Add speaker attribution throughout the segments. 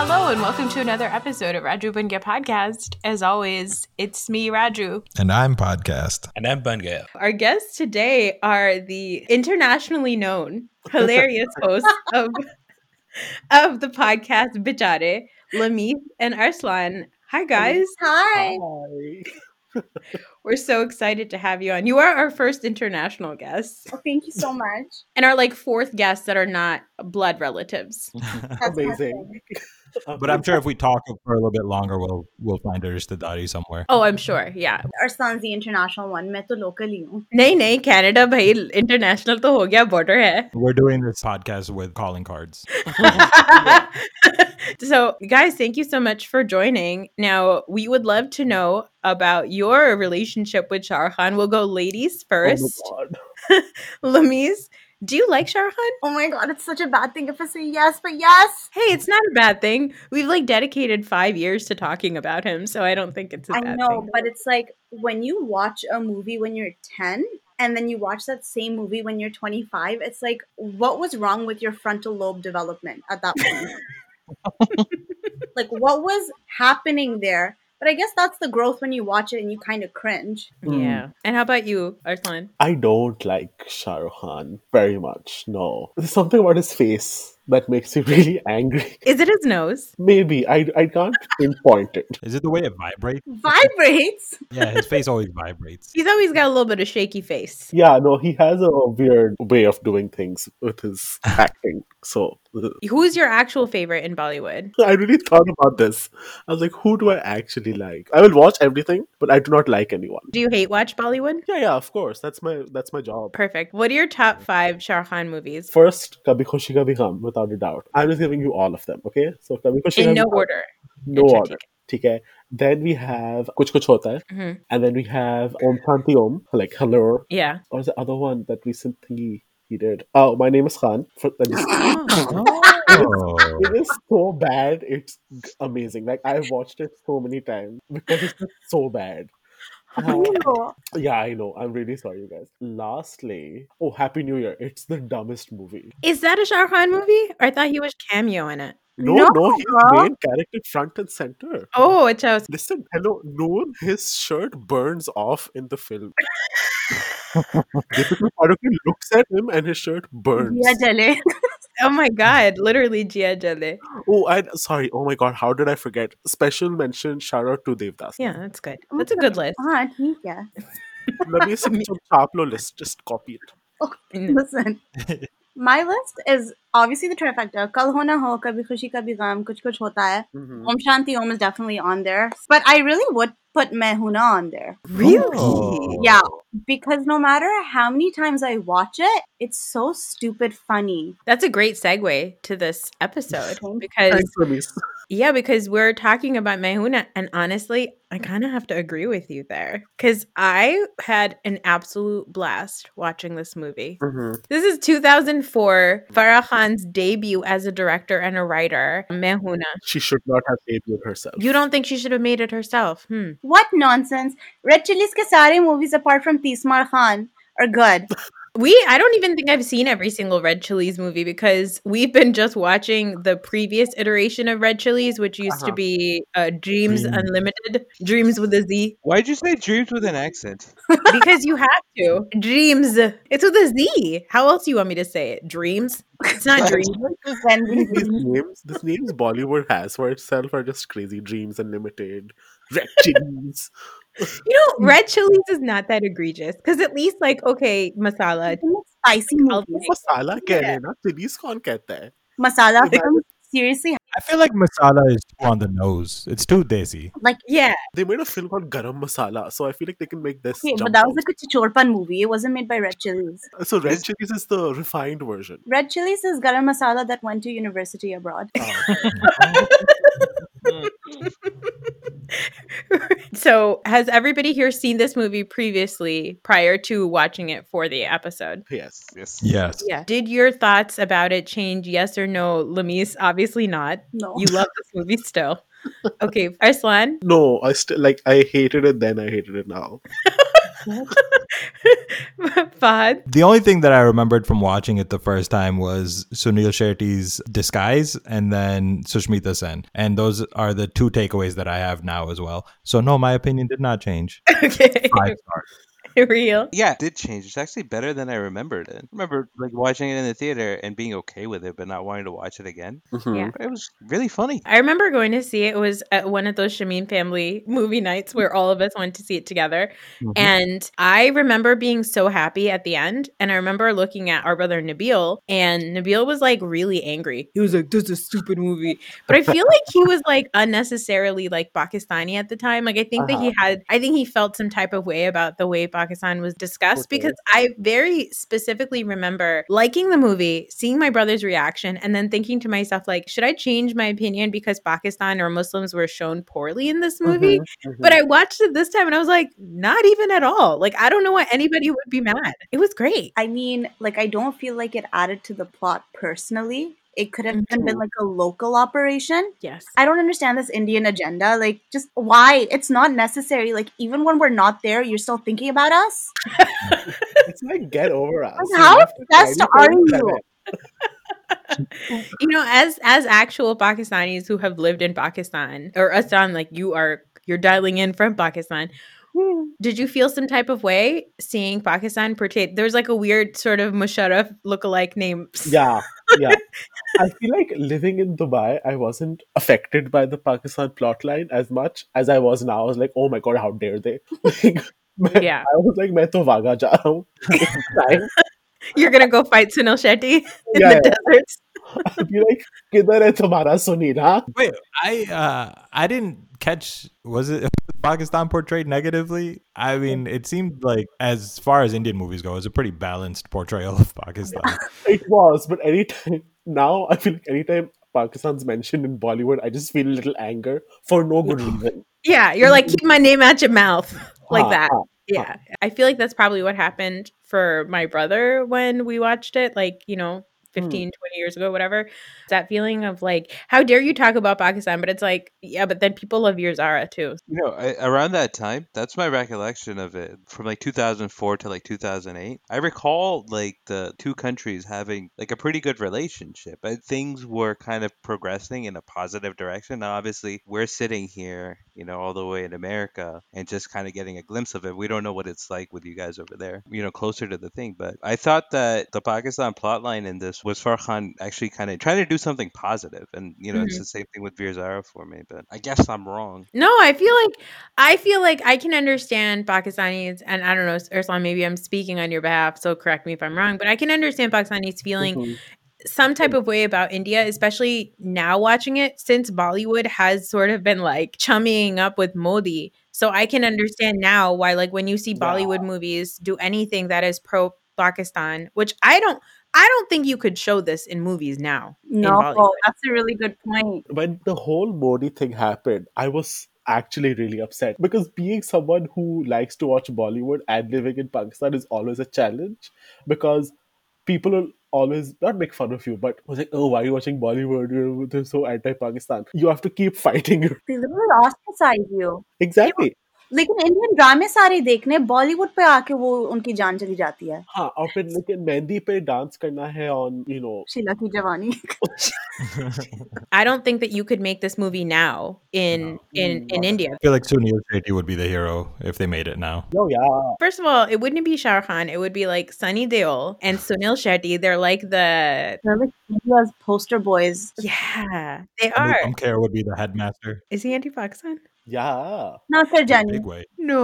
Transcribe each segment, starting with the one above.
Speaker 1: Hello and welcome to another episode of Raju Bunga Podcast. As always, it's me, Raju.
Speaker 2: And I'm podcast.
Speaker 3: And I'm Bungale.
Speaker 1: Our guests today are the internationally known, hilarious hosts of, of the podcast Bichare, Lamith, and Arslan. Hi, guys.
Speaker 4: Hi.
Speaker 1: We're so excited to have you on. You are our first international guests
Speaker 4: Well, thank you so much.
Speaker 1: and our like fourth guests that are not blood relatives.
Speaker 4: That's
Speaker 5: Amazing.
Speaker 2: But I'm sure if we talk for a little bit longer, we'll we'll find Aristadati somewhere.
Speaker 1: Oh, I'm sure. Yeah.
Speaker 4: Our son's the international one. मैं तो local ही हूँ.
Speaker 1: Nay, nay, Canada, bhai, international to ho gaya, border hai.
Speaker 2: We're doing this podcast with calling cards.
Speaker 1: so, guys, thank you so much for joining. Now, we would love to know about your relationship with Sharhan. We'll go ladies first.
Speaker 5: Oh my God.
Speaker 1: Lamise, do you like Sharhan?
Speaker 4: Oh my god, it's such a bad thing if I say yes, but yes.
Speaker 1: Hey, it's not a bad thing. We've like dedicated five years to talking about him, so I don't think it's a
Speaker 4: I
Speaker 1: bad
Speaker 4: know,
Speaker 1: thing.
Speaker 4: but it's like when you watch a movie when you're 10 and then you watch that same movie when you're 25, it's like what was wrong with your frontal lobe development at that point? like what was happening there? But I guess that's the growth when you watch it and you kind of cringe.
Speaker 5: Mm.
Speaker 1: Yeah. And how about you, Arslan?
Speaker 5: I don't like Shah Rukh Khan very much. No, there's something about his face that makes me really angry.
Speaker 1: Is it his nose?
Speaker 5: Maybe I I can't pinpoint it.
Speaker 2: Is it the way it vibrates?
Speaker 4: Vibrates.
Speaker 2: Yeah, his face always vibrates.
Speaker 1: He's always got a little bit of shaky face.
Speaker 5: Yeah, no, he has a weird way of doing things with his acting. So ugh.
Speaker 1: Who's your actual favorite in Bollywood?
Speaker 5: I really thought about this. I was like, who do I actually like? I will watch everything, but I do not like anyone.
Speaker 1: Do you hate watch Bollywood?
Speaker 5: Yeah, yeah, of course. That's my that's my job.
Speaker 1: Perfect. What are your top five Sharhan movies?
Speaker 5: First, Kabhi Khushi Kabhi Gham, without a doubt. I'm just giving you all of them, okay? So Kabhi Khushi
Speaker 1: in
Speaker 5: Kabhi
Speaker 1: no
Speaker 5: Gham,
Speaker 1: order.
Speaker 5: no
Speaker 1: Achha,
Speaker 5: order. ठीक है then we have कुछ कुछ होता है
Speaker 4: Mm-hmm.
Speaker 1: hmm
Speaker 5: and then we have Om Shanti Om like hello
Speaker 1: Yeah.
Speaker 5: or the other one that recently he did oh my name is Khan For- that is-
Speaker 2: Oh.
Speaker 5: it is so bad it's amazing like I've watched it so many times because it's just so bad
Speaker 4: Uh-huh.
Speaker 5: Uh, yeah I know I'm really sorry you guys lastly oh Happy New Year it's the dumbest movie
Speaker 1: Is that a Shah Rukh Khan movie? Or I thought he was cameo in it.
Speaker 5: no
Speaker 4: No,
Speaker 5: no, he's
Speaker 4: girl.
Speaker 5: main character front and center
Speaker 1: Oh, it shows.
Speaker 5: listen hello noon his shirt burns off in the film Deepika Padukone looks at him and his shirt burns
Speaker 4: Yeah, Jale.
Speaker 1: Oh my god, literally Gia Jale.
Speaker 5: oh i sorry oh my god how did i forget special mention shout out to devdas
Speaker 1: Yeah, that's good. That's a good list.
Speaker 4: हाँ ठीक है
Speaker 5: let me see some Chaplo list just copy it
Speaker 1: Mm.
Speaker 4: Listen, my list is obviously the trifecta. Kal ho na ho, kabhi khushi kabhi gham, kuch kuch hota hai.
Speaker 5: Mm-hmm.
Speaker 4: Om Shanti Om is definitely on there, but I really would put Mehuna on there.
Speaker 1: Really?
Speaker 2: Oh.
Speaker 4: Yeah, because no matter how many times I watch it, it's so stupid funny.
Speaker 1: That's a great segue to this episode because
Speaker 5: Thanks, Ramesh.
Speaker 1: yeah, because we're talking about Mehuna and honestly, I kind of have to agree with you there cuz I had an absolute blast watching this movie.
Speaker 5: Mhm.
Speaker 1: This is 2004, Farah Khan's debut as a director and a writer, Mehuna.
Speaker 5: she should not have debuted herself
Speaker 1: You don't think she should have made it herself? Hmm.
Speaker 4: What nonsense! Red Chili's ke सारे movies apart from Tismar Khan are good.
Speaker 1: We, I don't even think I've seen every single Red Chilies movie because we've been just watching the previous iteration of Red Chilies, which used to
Speaker 5: Uh-huh.
Speaker 1: be uh, Dreams
Speaker 2: Dreams.
Speaker 1: Unlimited, Dreams with a Z,
Speaker 6: Why'd you say dreams with an accent?
Speaker 1: because you have to. Dreams. It's with a Z. How else do you want me to say it? Dreams? It's not dreams.
Speaker 4: When we
Speaker 5: these names, these names Bollywood has for itself are just crazy. Dreams Unlimited, Red Chilies.
Speaker 1: You know, Red Chilies is not that egregious because at least, like, okay, masala.
Speaker 4: spicy
Speaker 1: I'll
Speaker 4: movies.
Speaker 5: मसाला कह रहे हैं ना chilies कौन कहता है?
Speaker 4: masala films seriously
Speaker 2: I feel like masala is too on the nose. It's too desi.
Speaker 1: Yeah.
Speaker 5: They made a film called Garam Masala, so I feel like they can make this.
Speaker 4: Okay, but
Speaker 5: jump
Speaker 4: that was
Speaker 5: also.
Speaker 4: like a Chichorpan movie. It wasn't made by Red Chili's.
Speaker 5: So Red Chilies is the refined version.
Speaker 4: Red Chili's is garam masala that went to university abroad.
Speaker 1: So, has everybody here seen this movie previously prior to watching it for the episode?
Speaker 5: Yes.
Speaker 6: Yes.
Speaker 2: Yes.
Speaker 1: Yeah. Did your thoughts about it change? Yes or no, Lamise? Obviously not.
Speaker 4: No.
Speaker 1: You love this movie still. Okay, Arslan.
Speaker 5: No, I still like I hated it then. I hated it now.
Speaker 1: Fahad.
Speaker 2: The only thing that I remembered from watching it the first time was Sunil Shetty's disguise and then Sushmita Sen. And those are the two takeaways that I have now as well. So no, my opinion did not change.
Speaker 1: Okay.
Speaker 2: Five stars.
Speaker 1: Real.
Speaker 6: Yeah, it did change. It's actually better than I remembered it. I remember like watching it in the theater and being okay with it, but not wanting to watch it again.
Speaker 1: Yeah.
Speaker 6: But it was really funny.
Speaker 1: I remember going to see it was at one of those Shamin family movie nights where all of us went to see it together.
Speaker 2: Mhm.
Speaker 1: And I remember being so happy at the end. And I remember looking at our brother Nabil, and Nabil was like really angry. He was like, This is a stupid movie. But I feel like he was like unnecessarily like Pakistani at the time. Like I think that he had I think he felt some type of way about the way Pakistan was discussed
Speaker 5: Okay.
Speaker 1: because I very specifically remember liking the movie, seeing my brother's reaction, and then thinking to myself, like, should I change my opinion because Pakistan or Muslims were shown poorly in this movie? But I watched it this time and I was like, not even at all. Like, I don't know why anybody would be mad. It was great.
Speaker 4: I mean, like I don't feel like it added to the plot personally. It could have even been like a local operation.
Speaker 1: Yes.
Speaker 4: I don't understand this Indian agenda. Like, just why? It's not necessary. Like, even when we're not there, you're still thinking about us.
Speaker 5: it's like get over us.
Speaker 4: Like, how
Speaker 5: You have to
Speaker 4: obsessed
Speaker 5: tell me
Speaker 4: are
Speaker 5: things
Speaker 4: you?
Speaker 5: that I-
Speaker 1: you know, as as actual Pakistanis who have lived in Pakistan or Assam, like you are you're dialing in from Pakistan.
Speaker 5: Hmm.
Speaker 1: Did you feel some type of way seeing Pakistan portrayed? There was like a weird sort of Musharraf lookalike name.
Speaker 5: Yeah, yeah. I feel like living in Dubai, I wasn't affected by the Pakistan plotline as much as I was now. I was like, oh my god, how dare they? Like, मैं-
Speaker 1: Yeah.
Speaker 5: I was like, मैं तो वागा जा रहा हूँ. It's time.
Speaker 1: You're gonna go fight Sunil Shetty in
Speaker 5: Yeah,
Speaker 1: the deserts.
Speaker 5: I'd be like, किधर है तुम्हारा सुनील हाँ?
Speaker 2: Wait, I uh, I didn't catch. Was it Pakistan portrayed negatively? I mean, it seemed like as far as Indian movies go, it was a pretty balanced portrayal of Pakistan.
Speaker 5: It was, but anytime now, I feel like anytime Pakistan's mentioned in Bollywood, I just feel a little anger for no good reason.
Speaker 1: Yeah, you're like keep my name out your mouth like
Speaker 5: हाँ,
Speaker 1: that.
Speaker 5: हाँ.
Speaker 1: Yeah. I feel like that's probably what happened for my brother when we watched it, like, you know, 15, 20 years ago, whatever. That feeling of like, how dare you talk about Pakistan? But it's like, yeah, but then people love your Zara too.
Speaker 6: You know, I, around that time, that's my recollection of it from like 2004 to like 2008. I recall like the two countries having like a pretty good relationship, and things were kind of progressing in a positive direction. Now, obviously, we're sitting here, you know, all the way in America and just kind of getting a glimpse of it. We don't know what it's like with you guys over there, you know, closer to the thing. But I thought that the Pakistan plotline in this was Farhan actually kind of trying to do something positive, and you know, it's the same thing with Veer Zara for me. But I guess I'm wrong.
Speaker 1: No, I feel like I feel like I can understand Pakistanis, and I don't know, Ursula, maybe I'm speaking on your behalf, so correct me if I'm wrong, but I can understand Pakistanis feeling
Speaker 5: Mhm.
Speaker 1: some type of way about India, especially now watching it, since Bollywood has sort of been like chummying up with Modi. So I can understand now why, like, when you see
Speaker 5: Yeah.
Speaker 1: Bollywood movies do anything that is pro Pakistan, which I don't, I don't think you could show this in movies now. Bollywood.
Speaker 4: No, that's a really good point.
Speaker 5: when the whole Modi thing happened, I was actually really upset because being someone who likes to watch Bollywood and living in Pakistan is always a challenge because people will always not make fun of you, but was like, oh, why are you watching Bollywood? You're, they're so anti-Pakistan. You have to keep fighting. you.
Speaker 4: They literally ostracize you.
Speaker 5: exactly.
Speaker 4: लेकिन Indian ड्रामे सारे देखने बॉलीवुड पे आके वो उनकी जान चली जाती है
Speaker 5: हाँ और फिर लेकिन मेहंदी पे डांस करना है on you know
Speaker 4: शीला की जवानी
Speaker 1: I don't think that you could make this movie now in
Speaker 5: No.
Speaker 1: in
Speaker 5: Mm,
Speaker 1: in
Speaker 5: not at
Speaker 1: India.
Speaker 2: I feel like Sunil Shetty would be the hero if they made it now.
Speaker 5: no yeah
Speaker 1: First of all, it wouldn't be Shah Rukh Khan. It would be like Sunny Deol and Sunil Shetty. They're like the
Speaker 4: They're like India's poster boys.
Speaker 1: yeah, they
Speaker 2: Amit
Speaker 1: are.
Speaker 2: Bumkare would be the headmaster
Speaker 1: Is he anti-Pakistan?
Speaker 5: yeah
Speaker 4: Now, Sir
Speaker 2: in a
Speaker 4: Jenny,
Speaker 2: big way.
Speaker 1: No,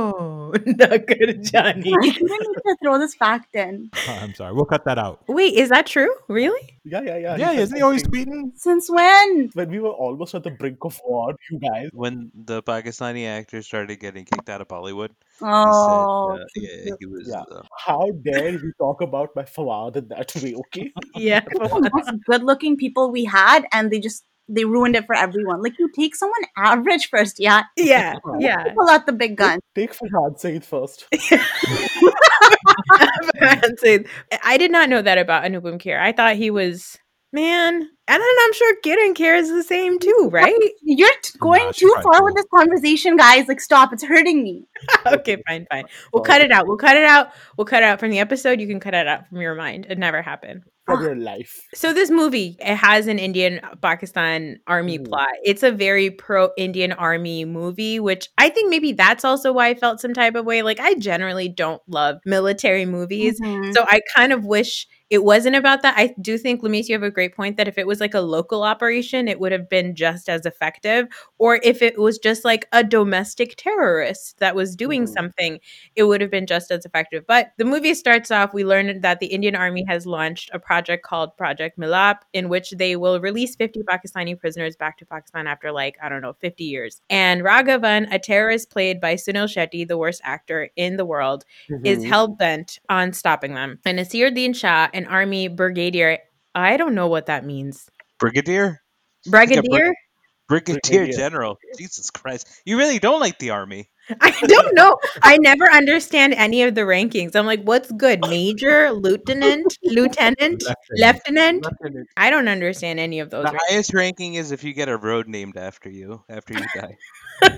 Speaker 1: not good, Johnny.
Speaker 4: I didn't need to throw this fact in.
Speaker 2: I'm sorry, we'll cut that out.
Speaker 1: Wait, is that true? Really?
Speaker 5: yeah yeah yeah
Speaker 2: Yeah,
Speaker 5: said
Speaker 2: isn't he always
Speaker 5: something-
Speaker 2: tweeting?
Speaker 4: Since when?
Speaker 5: when we were almost at the brink of war you guys
Speaker 6: when the Pakistani actor started getting kicked out of Bollywood, he said,
Speaker 4: Oh,
Speaker 6: uh, yeah, he was.
Speaker 5: Yeah.
Speaker 6: Uh,
Speaker 5: How dare you talk about my father in that way, okay?
Speaker 1: Yeah.
Speaker 4: the most good-looking people we had, and they just they ruined it for everyone. Like you take someone average first, yeah.
Speaker 1: yeah. Yeah.
Speaker 4: Pull out the big gun.
Speaker 5: Take Farhad Saeed first.
Speaker 1: I did not know that about Anupam Kher. I thought he was man. And then I'm sure Kieran cares the same too, right?
Speaker 4: You're t-
Speaker 2: Nah,
Speaker 4: going
Speaker 2: she
Speaker 4: too
Speaker 2: tried
Speaker 4: far
Speaker 2: to.
Speaker 4: with this conversation, guys. Like, stop. It's hurting me.
Speaker 1: okay, fine, fine. We'll cut it out. We'll cut it out. We'll cut it out from the episode. You can cut it out from your mind. It never happened.
Speaker 5: from your life.
Speaker 1: So this movie it has an Indian uh, Pakistan army
Speaker 5: Mhm.
Speaker 1: plot. It's a very pro Indian army movie, which I think maybe that's also why I felt some type of way. Like I generally don't love military movies.
Speaker 4: Mhm.
Speaker 1: So I kind of wish it wasn't about that. I do think Lamise, you have a great point that if it was like a local operation, it would have been just as effective. Or if it was just like a domestic terrorist that was doing
Speaker 5: Mhm.
Speaker 1: something, it would have been just as effective. But the movie starts off, we learned that the Indian Army has launched a project called Project Milap, in which they will release 50 Pakistani prisoners back to Pakistan after like, I don't know, 50 years. And Raghavan, a terrorist played by Sunil Shetty, the worst actor in the world, is
Speaker 5: Mhm.
Speaker 1: hell bent on stopping them. And Asiruddin Shah, an army brigadier, I don't know what that means.
Speaker 6: Brigadier? brig-
Speaker 1: Brigadier?
Speaker 6: Brigadier,
Speaker 5: Brigadier.
Speaker 6: General. Jesus Christ. You really don't like the army.
Speaker 1: I don't know. I never understand any of the rankings. I'm like, what's good? Major, lieutenant, lieutenant, lieutenant? I don't understand any of those.
Speaker 6: The highest ranking is if you get a road named after you after you die.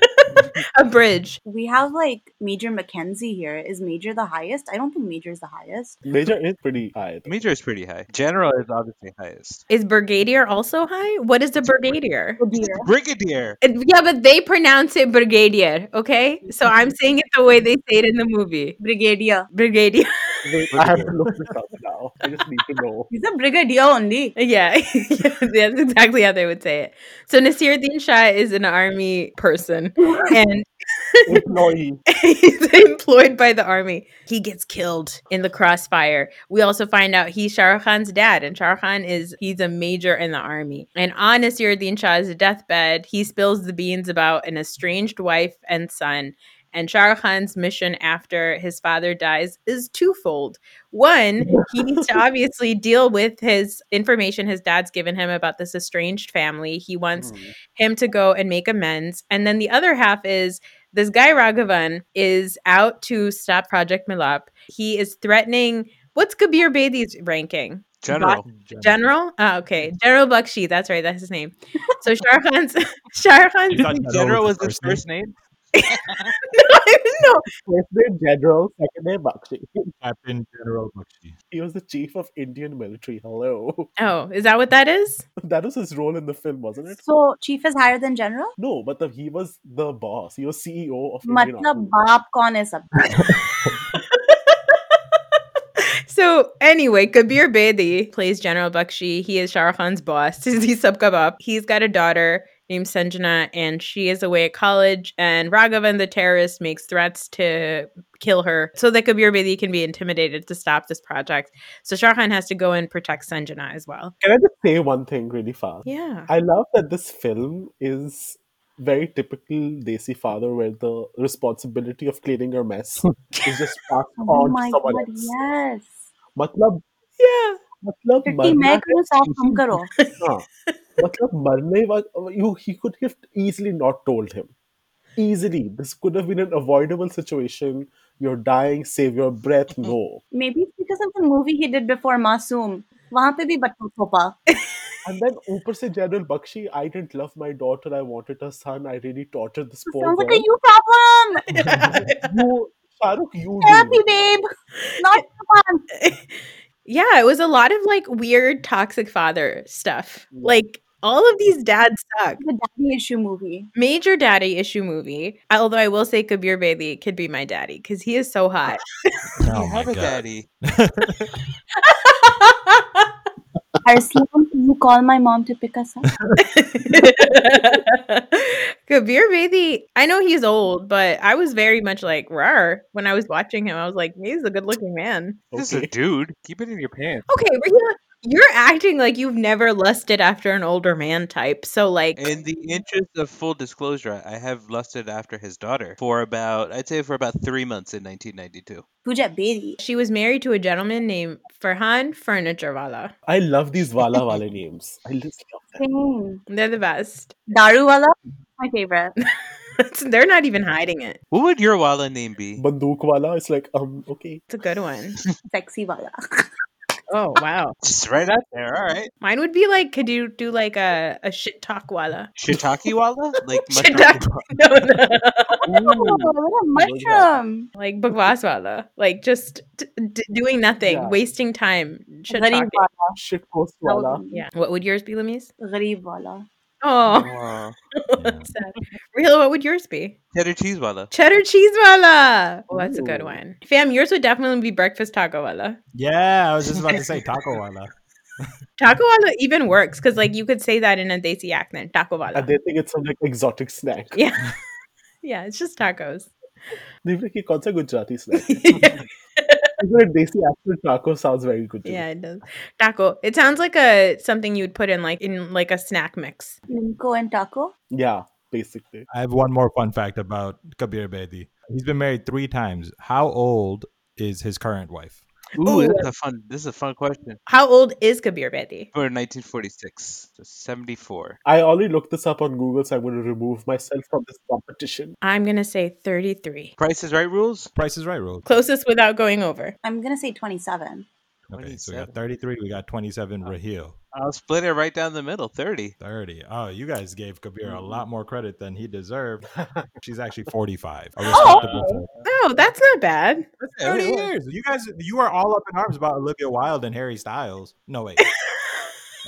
Speaker 1: A bridge.
Speaker 4: We have like Major Mackenzie here. Is Major the highest? I don't think Major is the highest.
Speaker 5: Major is pretty high. though.
Speaker 6: Major is pretty high. General is obviously highest.
Speaker 1: Is brigadier also high? What is a brigadier?
Speaker 4: Oh dear.
Speaker 6: Brigadier.
Speaker 1: And- Yeah, but they pronounce it brigadier, okay? So I'm saying it the way they say it in the movie.
Speaker 4: Brigadier.
Speaker 1: Brigadier.
Speaker 5: Wait, I have to look this up now. I just need to know.
Speaker 4: He's a brigadier only.
Speaker 1: Yeah, yeah, that's exactly how they would say it. So Nasiruddin Shah is an army person and
Speaker 5: Employee.
Speaker 1: he's employed by the army. He gets killed in the crossfire. We also find out he's Shah Rukh Khan's dad, and Shah Rukh Khan is he's a major in the army. And on Nasiruddin Shah's deathbed, he spills the beans about an estranged wife and son. And Shah Rukh Khan's mission after his father dies is twofold. One, he needs to obviously deal with his information his dad's given him about this estranged family. He wants
Speaker 2: Hmm.
Speaker 5: Mhm.
Speaker 1: him to go and make amends. And then the other half is this guy Raghavan is out to stop Project Milap. He is threatening what's Kabir Bedi's ranking?
Speaker 6: General.
Speaker 1: General? Ah, okay. General Bakshi. That's right. That's his name. So Shah Khan's Shah Khan's
Speaker 2: You thought
Speaker 6: General,
Speaker 2: General was
Speaker 6: was
Speaker 2: the
Speaker 6: his
Speaker 2: first name?
Speaker 6: first name?
Speaker 1: no.
Speaker 5: First name General, second name Bakshi.
Speaker 2: Captain General Bakshi.
Speaker 5: He was the chief of Indian military. Hello.
Speaker 1: Oh, is that what that is?
Speaker 5: That was his role in the film, wasn't it?
Speaker 4: So chief is higher than general.
Speaker 5: No, but the, he was the boss. He was CEO of Indian
Speaker 4: मतलब
Speaker 5: Army.
Speaker 4: बाप कौन है सबका?
Speaker 1: So anyway, Kabir Bedi plays General Bakshi. He is Shah Rukh Khan's boss. He's Subkabab. He's got a daughter named Sanjana, and she is away at college. And Raghavan, the terrorist, makes threats to kill her so that Kabir Bedi can be intimidated to stop this project. So Shah Rukh Khan has to go and protect Sanjana as well.
Speaker 5: Can I just say one thing really fast?
Speaker 1: Yeah.
Speaker 5: I love that this film is very typical Desi father, where the responsibility of cleaning your mess is just passed
Speaker 4: Oh
Speaker 5: on to
Speaker 4: my
Speaker 5: someone
Speaker 4: god,
Speaker 5: else.
Speaker 4: yes.
Speaker 5: मतलब
Speaker 1: Yeah.
Speaker 5: मतलब
Speaker 4: Dirty
Speaker 5: मरना
Speaker 4: मैं
Speaker 5: है
Speaker 4: करूँ साफ तुम करो.
Speaker 5: हाँ, मतलब मरने वा- you he could have easily not told him easily this could have been an avoidable situation you're dying save your breath no
Speaker 4: Maybe it's because of the movie he did before Masoom. वहाँ पे भी बट्टू थोपा.
Speaker 5: and then ऊपर से general bakshi i didn't love my daughter i wanted her son i really tortured this poor
Speaker 4: Sounds like a
Speaker 5: girl
Speaker 4: you problem.
Speaker 5: you Shahrukh you
Speaker 4: Therapy,
Speaker 5: do
Speaker 4: babe. Not Japan.
Speaker 1: yeah, it was a lot of like weird toxic father stuff. Like all of these dads suck.
Speaker 4: The daddy issue movie.
Speaker 1: major daddy issue movie. Although I will say Kabir Bailey could be my daddy because he is so hot.
Speaker 6: Does
Speaker 2: Oh
Speaker 6: he
Speaker 2: my
Speaker 6: have a
Speaker 2: God.
Speaker 6: daddy?
Speaker 4: Arslan, can you call my mom to pick us up?
Speaker 1: Kabir Bailey, I know he's old, but I was very much like rar when I was watching him. I was like, he's a good looking man.
Speaker 6: This is a
Speaker 5: okay
Speaker 6: dude. Keep it in your pants.
Speaker 1: Okay, Rahila, you're acting like you've never lusted after an older man type. So like
Speaker 6: In the interest of full disclosure, I I have lusted after his daughter for about, I'd say for about three months in 1992.
Speaker 4: Pooja Bedi.
Speaker 1: she was married to a gentleman named Farhan Furniturewala.
Speaker 5: i love these wala wala names i just love them
Speaker 4: Same.
Speaker 1: They're the best.
Speaker 4: Daruwala, my favorite.
Speaker 1: They're not even hiding it.
Speaker 6: What would your wala name be?
Speaker 5: bandook wala it's like um okay
Speaker 1: It's a good one.
Speaker 4: Sexy wala.
Speaker 1: Oh wow,
Speaker 6: Just right out there. All right.
Speaker 1: mine would be like, could you do like a a shit talk wala?
Speaker 6: Shiitake wala? Like
Speaker 1: Shit
Speaker 6: mushroom-
Speaker 1: talk- no, no.
Speaker 5: Ooh.
Speaker 4: Oh, mushroom.
Speaker 1: like bhagwaswala, like just d- d- doing nothing,
Speaker 5: Yeah.
Speaker 1: wasting time, shit
Speaker 4: Gharib
Speaker 1: talking.
Speaker 4: wala.
Speaker 5: Shit post
Speaker 4: That would
Speaker 5: wala.
Speaker 4: be-
Speaker 1: Yeah. What would yours be, Lamise?
Speaker 4: Gharib wala.
Speaker 1: Oh,
Speaker 6: Wow.
Speaker 2: Yeah.
Speaker 1: that's sad. Real, what would yours be?
Speaker 6: Cheddar cheese wala.
Speaker 1: Cheddar cheese wala. Oh, that's a good
Speaker 5: Ooh.
Speaker 1: one. Fam, yours would definitely be breakfast taco wala.
Speaker 2: Yeah, I was just about to say taco wala.
Speaker 1: Taco wala even works because like you could say that in a desi accent. Taco wala.
Speaker 5: And they think it's some like exotic snack.
Speaker 1: Yeah. yeah, it's just tacos.
Speaker 5: They be like, "Ye kaun sa Gujarati snack?
Speaker 1: yeah,
Speaker 5: Even a desi apple taco sounds very good. to me.
Speaker 1: it does. Taco. It sounds like a something you would put in like in like a snack mix.
Speaker 4: Minko and taco.
Speaker 5: Yeah, basically.
Speaker 2: I have one more fun fact about Kabir Bedi. He's been married three times. How old is his current wife?
Speaker 6: Ooh,
Speaker 1: Ooh.
Speaker 6: that's a fun. This is a fun question.
Speaker 1: How old is Kabir Bedi?
Speaker 6: For 1946, so 74.
Speaker 5: I already looked this up on Google, so I'm going to remove myself from this competition.
Speaker 1: I'm gonna say 33.
Speaker 6: Price is Right rules.
Speaker 2: Price is right rule.
Speaker 1: Closest without going over.
Speaker 4: I'm gonna say 27.
Speaker 2: Okay, so we
Speaker 6: 27.
Speaker 2: got 33, we got 27, Raheel,
Speaker 6: I'll split it right down the middle. 30.
Speaker 2: 30. Oh, you guys gave Kabir a
Speaker 5: Mm.
Speaker 1: Mm-hmm.
Speaker 2: lot more credit than he deserved. She's actually 45. A respectable
Speaker 5: okay.
Speaker 2: forty.
Speaker 1: Oh, that's not bad.
Speaker 2: That's
Speaker 6: Yeah,
Speaker 2: 30
Speaker 6: it was.
Speaker 2: years. You guys, you are all up in arms about Olivia Wilde and Harry Styles. No, wait.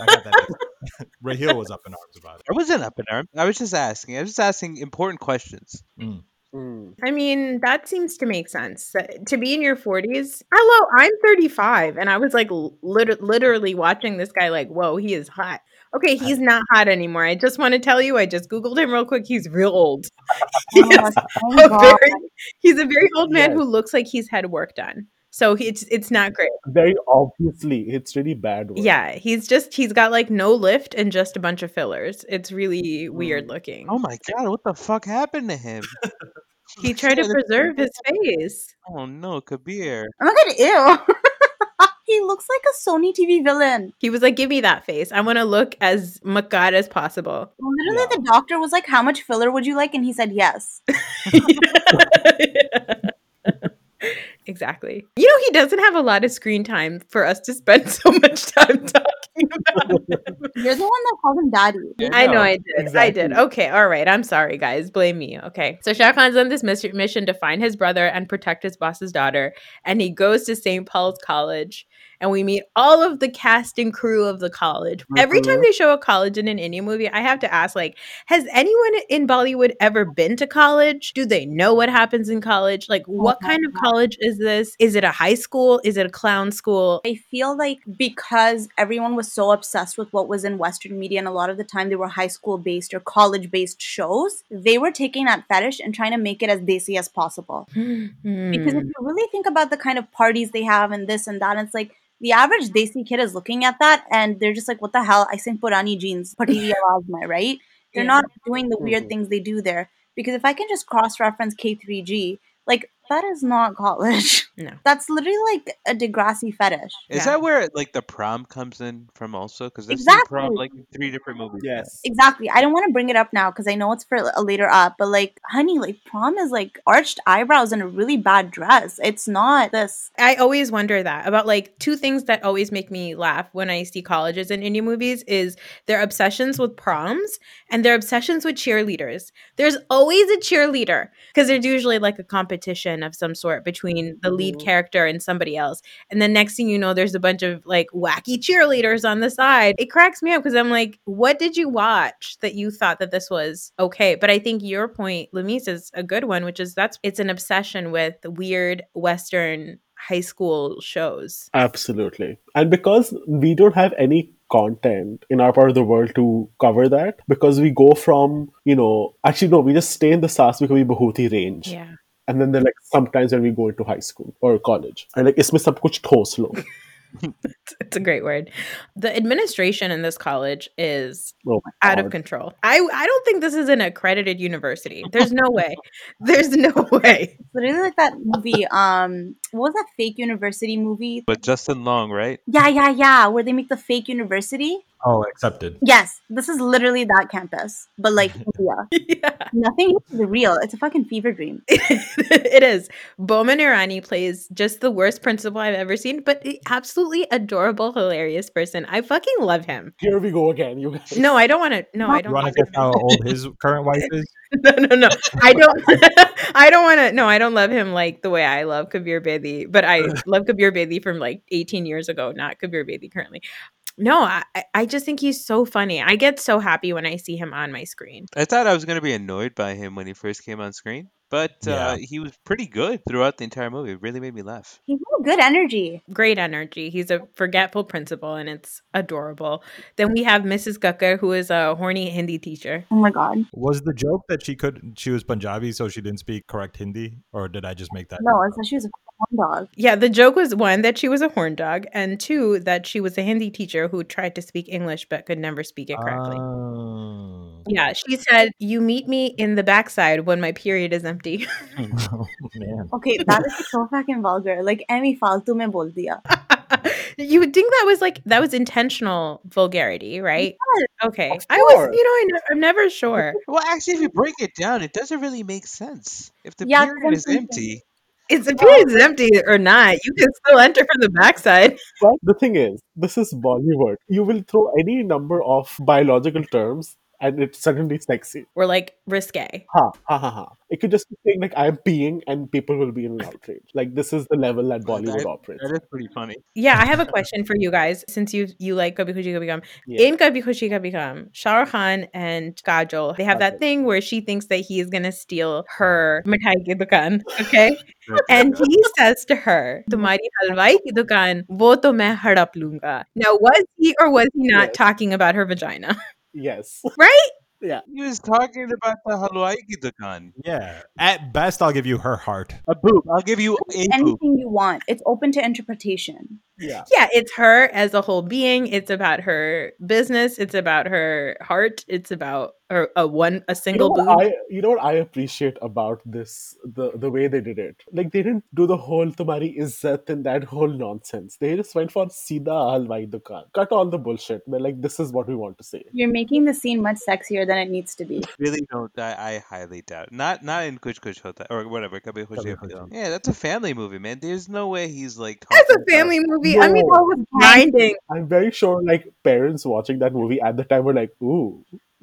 Speaker 2: I got that. mixed up. Raheel was up in arms about
Speaker 6: I wasn't up in arms. I was just asking. I was just asking important questions.
Speaker 2: it. Mm.
Speaker 5: Mm.
Speaker 1: I mean, that seems to make sense. Uh, To be in your 40s, hello, I'm 35. And I was like l- lit- literally watching this guy, like, whoa, he is hot. Okay, he's not hot anymore. I just want to tell you, I just Googled him real quick. He's real old. He is
Speaker 4: Oh,
Speaker 1: a
Speaker 4: thank God.
Speaker 1: very, he's a very old man
Speaker 5: Yes.
Speaker 1: who looks like he's had work done. So he- it's it's not great.
Speaker 5: Very obviously, it's really bad. Work.
Speaker 1: Yeah, he's just he's got like no lift and just a bunch of fillers. It's really weird
Speaker 5: Mm.
Speaker 1: looking.
Speaker 6: Oh my god, what the fuck happened to him?
Speaker 1: He tried to
Speaker 6: Yeah,
Speaker 1: preserve his face.
Speaker 6: Oh no, Kabir.
Speaker 4: Oh my god, ew. he looks like a Sony TV villain.
Speaker 1: He was like, "Give me that face. I want to look as macabre as possible."
Speaker 4: Literally, the doctor was like, How much filler would you like? And he said, Yes.
Speaker 1: exactly. You know, he doesn't have a lot of screen time for us to spend so much time talking about. him.
Speaker 4: You're the one that called him daddy.
Speaker 6: Yeah,
Speaker 1: I know
Speaker 6: no.
Speaker 1: I did. I did.
Speaker 5: exactly.
Speaker 1: Okay. All right. I'm sorry, guys. Blame me. Okay. So Shah Khan's on this mis- mission to find his brother and protect his boss's daughter. And he goes to St. Paul's College. And we meet all of the cast and crew of the college. Every time
Speaker 5: Mhm.
Speaker 1: they show a college in an Indian movie, I have to ask, like, has anyone in Bollywood ever been to college? Do they know what happens in college? Like, what
Speaker 4: my
Speaker 1: kind of
Speaker 4: God.
Speaker 1: college is this? Is it a high school? Is it a clown school?
Speaker 4: I feel like because everyone was so obsessed with what was in Western media, and a lot of the time they were high school based or college based shows, they were taking that fetish and trying to make it as desi as possible. Because if
Speaker 1: Hmm.
Speaker 4: you really think about the kind of parties they have and this and that, it's like the average desi kid is looking at that and they're just like, what the hell? I sing Purani jeans, Patiri Awazma, right?
Speaker 1: Yeah.
Speaker 4: They're
Speaker 1: Mm-hmm.
Speaker 4: not doing the weird
Speaker 5: Mhm.
Speaker 4: things they do there. Because if I can just cross reference K3G, like that is not college.
Speaker 1: No.
Speaker 4: That's literally like a Degrassi fetish.
Speaker 6: Is
Speaker 1: Yeah.
Speaker 6: that where like the prom comes in from also? Because I've seen prom
Speaker 4: Exactly.
Speaker 6: like in three different movies.
Speaker 5: Yes.
Speaker 4: Exactly. I don't want to bring it up now because I know it's for a later up, but like, honey, like prom is like arched eyebrows and a really bad dress. It's not this
Speaker 1: I always wonder that about like two things that always make me laugh when I see colleges and indie movies is their obsessions with proms and their obsessions with cheerleaders. There's always a cheerleader because there's usually like a competition of some sort between the lead
Speaker 5: Mhm.
Speaker 1: character and somebody else. And the next thing you know, there's a bunch of like wacky cheerleaders on the side. It cracks me up because I'm like, what did you watch that you thought that this was okay? But I think your point, Lamise, is a good one, which is that's it's an obsession with weird Western high school shows.
Speaker 5: Absolutely. And because we don't have any content in our part of the world to cover that, because we go from, you know, actually, no, we just stay in the Sasmi Kabhi Bahuti range.
Speaker 1: Yeah.
Speaker 5: And then they're like sometimes when we go into high school or college. And like, isme sab kuch thos lo.
Speaker 1: It's a great word. The administration in this college is
Speaker 5: Oh my
Speaker 1: out of
Speaker 5: God.
Speaker 1: control. I I don't think this is an accredited university. There's no way. There's no way.
Speaker 4: It's literally like that movie. Um, what was that fake university movie?
Speaker 6: But Justin Long, right?
Speaker 4: Yeah, yeah, yeah. Where they make the fake university.
Speaker 2: Oh, accepted.
Speaker 4: Yes, this is literally that campus, but like India.
Speaker 1: yeah.
Speaker 4: Nothing is real. It's a fucking fever dream.
Speaker 1: it is. Bowman Irani plays just the worst principal I've ever seen, but the absolutely adorable, hilarious person. I fucking love him.
Speaker 5: Here we go again, you guys.
Speaker 1: No, I don't want to. No, I
Speaker 2: You
Speaker 1: don't.
Speaker 2: want
Speaker 1: want
Speaker 2: to guess how old his current wife is?
Speaker 1: No, no, no. I don't. I don't want to. No, I don't love him like the way I love Kabir Bedi, but I love Kabir Bedi from like 18 years ago, not Kabir Bedi currently. No, I, I- I just think he's so funny. I get so happy when I see him on my screen.
Speaker 6: I thought I was going to be annoyed by him when he first came on screen, but uh,
Speaker 2: Yeah.
Speaker 6: he was pretty good throughout the entire movie. It really made me laugh.
Speaker 4: He's got good energy.
Speaker 1: Great energy. He's a forgetful principal, and it's adorable. Then we have Mrs. Gucker, who is a horny Hindi teacher.
Speaker 4: Oh my god.
Speaker 2: Was the joke that she could she was Punjabi, so she didn't speak correct Hindi, or did I just make that?
Speaker 4: No,
Speaker 2: joke
Speaker 4: it's that she was a fucking horn dog.
Speaker 1: Yeah, the joke was one that she was a horn dog, and two that she was a Hindi teacher who tried to speak English but could never speak it
Speaker 2: up?
Speaker 1: correctly.
Speaker 2: Oh.
Speaker 1: Yeah, she said, "You meet me in the backside when my period is empty."
Speaker 2: man.
Speaker 4: Okay, that is so fucking vulgar. Like Emmy faltu mein bol diya.
Speaker 1: you would think that was like that was intentional vulgarity, right? Okay,
Speaker 5: Of
Speaker 1: I was,
Speaker 5: course.
Speaker 1: you know, I ne- I'm never sure.
Speaker 6: Well, actually, if you break it down, it doesn't really make sense. If the
Speaker 4: Yeah, 'cause I'm
Speaker 6: period is
Speaker 4: thinking-
Speaker 6: empty,
Speaker 1: Is the period is empty or not? You can still enter from the backside.
Speaker 5: But the thing is, this is Bollywood. You will throw any number of biological terms and it's suddenly sexy.
Speaker 1: We're like risque.
Speaker 5: Ha ha ha ha. It could just be saying like I'm peeing and people will be in an outrage. Like this is the level that
Speaker 6: Well,
Speaker 5: Bollywood operates.
Speaker 6: that is pretty funny.
Speaker 1: Yeah, I have a question for you guys since you you like Kabhi Khushi Kabhi Gham.
Speaker 5: Yeah.
Speaker 1: In Kabhi Khushi Kabhi Gham, Shah Rukh Khan and Kajol, they have that
Speaker 5: Kajol.
Speaker 1: thing where she thinks that he is gonna steal her mithai ki dukan, okay? and he says to her, "Tumhari halwai ki dukan, wo to main hadap lunga." Now, was he or was he not
Speaker 5: Yes.
Speaker 1: talking about her vagina?
Speaker 5: Yes.
Speaker 1: Right?
Speaker 6: He was talking about the halwai ki dukan.
Speaker 2: Yeah. At best, I'll give you her heart.
Speaker 6: A boob. I'll give you a boob.
Speaker 4: Anything you want. It's open to interpretation.
Speaker 5: Yeah.
Speaker 1: Yeah, it's her as a whole being. It's about her business. It's about her heart. It's about her a one a
Speaker 5: You know,
Speaker 1: single
Speaker 5: what
Speaker 1: boob.
Speaker 5: I, you know what I appreciate about this the the way they did it. Like they didn't do the whole Tumari Izzat and that whole nonsense. They just went for Sida Halwai Dukan. Cut all the bullshit. They're like, this is what we want to say.
Speaker 4: You're making the scene much sexier than it needs to be.
Speaker 6: Really don't. I, I highly doubt. Not not in Kuch Kuch Hota or whatever. Kabhi Khushi
Speaker 2: Kabhi
Speaker 6: Kabhi
Speaker 2: Khushi.
Speaker 6: Gham. Yeah, that's a family movie, man. There's no way he's like.
Speaker 1: That's
Speaker 6: talking
Speaker 1: a
Speaker 6: about-
Speaker 1: family movie. I mean,
Speaker 5: No.
Speaker 1: I was grinding.
Speaker 5: I'm very sure like parents watching that movie at the time were like, ooh,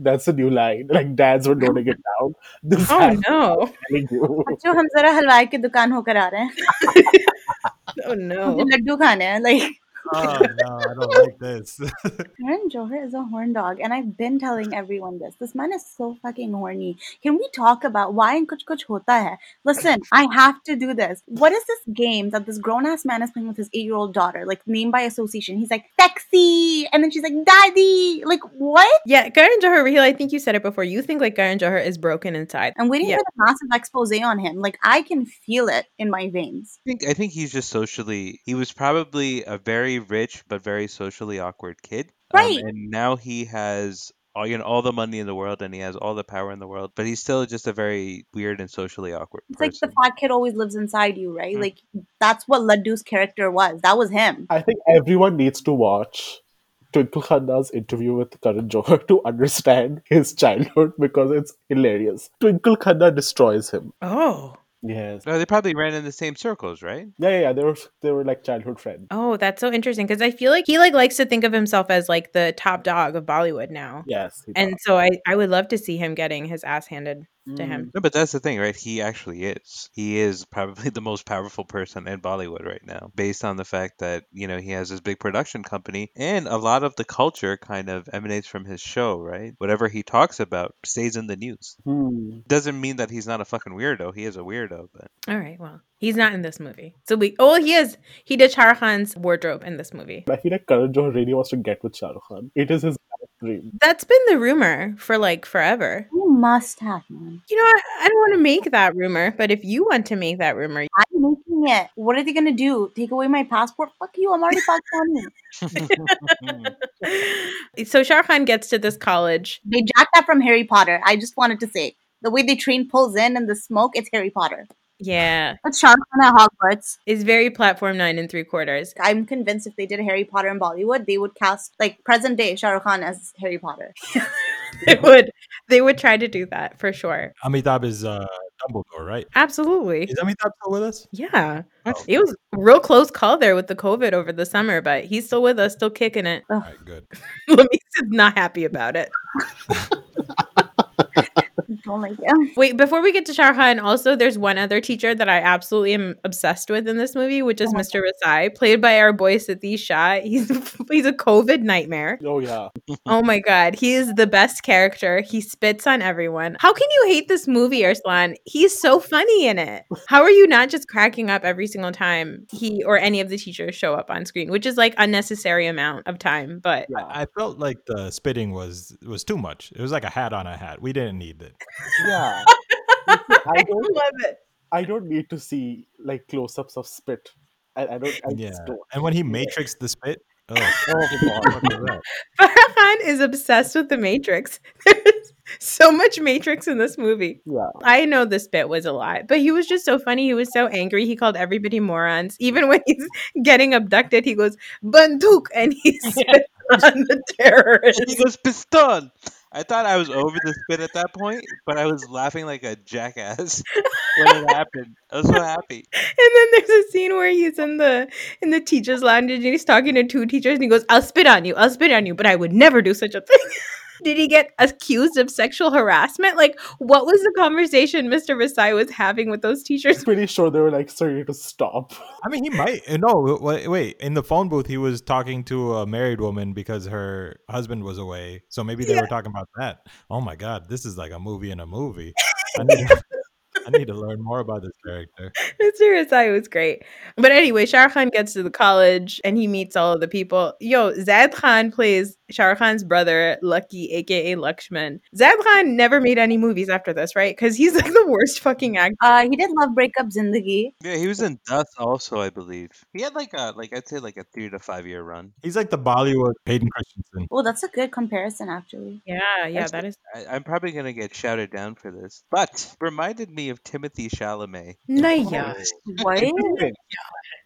Speaker 5: that's a new line. Like dads were noting it down. This
Speaker 1: Oh
Speaker 5: has-
Speaker 1: no!
Speaker 5: telling you.
Speaker 4: बच्चों हम जरा हलवाई की दुकान होकर आ रहे हैं
Speaker 1: Oh
Speaker 4: मुझे
Speaker 1: no!
Speaker 4: लड्डू खाने हैं like
Speaker 2: Oh no, I don't like this.
Speaker 4: Karan Johar is a horn dog, and I've been telling everyone this. This man is so fucking horny. Can we talk about why in Kuch Kuch Hota Hai? Listen, I have to do this. What is this game that this grown ass man is playing with his eight year old daughter? Like, name by association. He's like, sexy. And then she's like, daddy. Like, what?
Speaker 1: Yeah, Karan Johar, Raheel, I think you said it before. You think like Karan Johar is broken inside.
Speaker 4: I'm waiting
Speaker 1: Yeah.
Speaker 4: for the massive expose on him. Like, I can feel it in my veins.
Speaker 6: I think I think he's just socially. He was probably a very rich but very socially awkward kid. um,
Speaker 4: Right.
Speaker 6: and now he has all you know all the money in the world and he has all the power in the world, but he's still just a very weird and socially awkward
Speaker 4: It's like
Speaker 6: person.
Speaker 4: the fat kid always lives inside you, right?
Speaker 6: Mm.
Speaker 4: Like, that's what Laddu's character was. That was him.
Speaker 5: I think everyone needs to watch Twinkle Khanna's interview with Karan Johar to understand his childhood because it's hilarious. Twinkle Khanna destroys him.
Speaker 1: Oh.
Speaker 5: Yes.
Speaker 6: No, they probably ran in the same circles, right?
Speaker 5: Yeah, yeah, yeah. They were they were like childhood friends.
Speaker 1: Oh, that's so interesting because I feel like he like likes to think of himself as like the top dog of Bollywood now.
Speaker 5: Yes. he
Speaker 1: And so I I would love to see him getting his ass handed
Speaker 5: does.
Speaker 1: to him.
Speaker 6: No, but that's the thing, right? He actually is. He is probably the most powerful person in Bollywood right now, based on the fact that, you know, he has this big production company and a lot of the culture kind of emanates from his show, right? Whatever he talks about stays in the news.
Speaker 5: Hmm.
Speaker 6: Doesn't mean that he's not a fucking weirdo. He is a weirdo, but
Speaker 1: All right, well, he's not in this movie. So we oh he is he did Shah Rukh Khan's wardrobe in this movie.
Speaker 5: I feel like Karan Johar really wants to get with Shah Rukh Khan. It is his dream.
Speaker 1: That's been the rumor for like forever.
Speaker 4: You must have, man.
Speaker 1: You know, I, I don't want to make that rumor, but if you want to make that rumor,
Speaker 4: I'm making it. What are they gonna do? Take away my passport? Fuck you! I'm already Pakistani.
Speaker 1: so Shah Rukh Khan gets to this college.
Speaker 4: They jacked that from Harry Potter. I just wanted to say the way they train pulls in and the smoke. It's Harry Potter.
Speaker 1: Yeah.
Speaker 4: It's Sharpton at Hogwarts.
Speaker 1: It's very platform nine and three quarters.
Speaker 4: I'm convinced if they did Harry Potter in Bollywood, they would cast like present day Shah Rukh Khan as Harry Potter.
Speaker 1: They would they would try to do that for sure.
Speaker 2: Amitabh is uh, Dumbledore, right?
Speaker 1: Absolutely.
Speaker 2: Is Amitabh still with us?
Speaker 1: Yeah.
Speaker 6: What?
Speaker 1: It was real close call there with the COVID over the summer, but he's still with us, still kicking it.
Speaker 2: All right, good.
Speaker 1: Lamise is not happy about it.
Speaker 4: Don't like him.
Speaker 1: Wait, before we get to Sharhan, also there's one other teacher that I absolutely am obsessed with in this movie, which is
Speaker 4: Oh my
Speaker 1: Mr. Rasai, played by our boy Satish Shah. He's he's a COVID nightmare.
Speaker 5: Oh yeah,
Speaker 1: Oh my god, he is the best character. He spits on everyone. How can you hate this movie, Arslan? He's so funny in it. How are you not just cracking up every single time he or any of the teachers show up on screen, which is like unnecessary amount of time, but
Speaker 5: yeah,
Speaker 2: I felt like the spitting was was too much. It was like a hat on a hat. We didn't need it.
Speaker 5: yeah.
Speaker 1: I
Speaker 5: I
Speaker 1: love
Speaker 5: don't,
Speaker 1: it.
Speaker 5: I don't need to see like close-ups of spit. I, I don't. I
Speaker 2: Yeah.
Speaker 5: just don't.
Speaker 2: And when he matrixed the spit, oh,
Speaker 5: Oh god.
Speaker 1: Farhan is obsessed with the Matrix. There's so much Matrix in this movie.
Speaker 5: Yeah.
Speaker 1: I know this bit was a lot, but he was just so funny. He was so angry. He called everybody morons. Even when he's getting abducted, he goes, Banduk, and he spits on the
Speaker 6: Oh, He
Speaker 1: terrorist.
Speaker 6: goes piston. I thought I was over the spit at that point, but I was laughing like a jackass when it happened. I was so happy.
Speaker 1: And then there's a scene where he's in the in the teacher's lounge and he's talking to two teachers and he goes, I'll spit on you, I'll spit on you, but I would never do such a thing. Did he get accused of sexual harassment? Like, what was the conversation Mr. Rasai was having with those teachers
Speaker 5: I'm pretty sure they were like, "Sir, you need to stop."
Speaker 2: I mean, he might. eh, No, wait, wait. In the phone booth, he was talking to a married woman because her husband was away. So maybe they were talking about that. Oh my God, this is like a movie in a movie. I need, I need to learn more about this character.
Speaker 1: Mr. Asai was great. But anyway, Shah Khan gets to the college and he meets all of the people. Yo, Zad Khan plays Shah Khan's brother, Lucky, aka Lakshman. Zad Khan never made any movies after this, right? Because he's like the worst fucking actor.
Speaker 4: Uh, he did love breakup Zindagi.
Speaker 6: Yeah, he was in Dust also, I believe. He had like a like I'd say like a three to five year run.
Speaker 2: He's like the Bollywood Hayden Christensen.
Speaker 4: Well, Oh, that's a good comparison, actually.
Speaker 1: Yeah, yeah, that is.
Speaker 6: I, I'm probably gonna get shouted down for this, but reminded me of Timothy Chalamet. Oh,
Speaker 1: Naya,
Speaker 4: What?
Speaker 5: Interesting.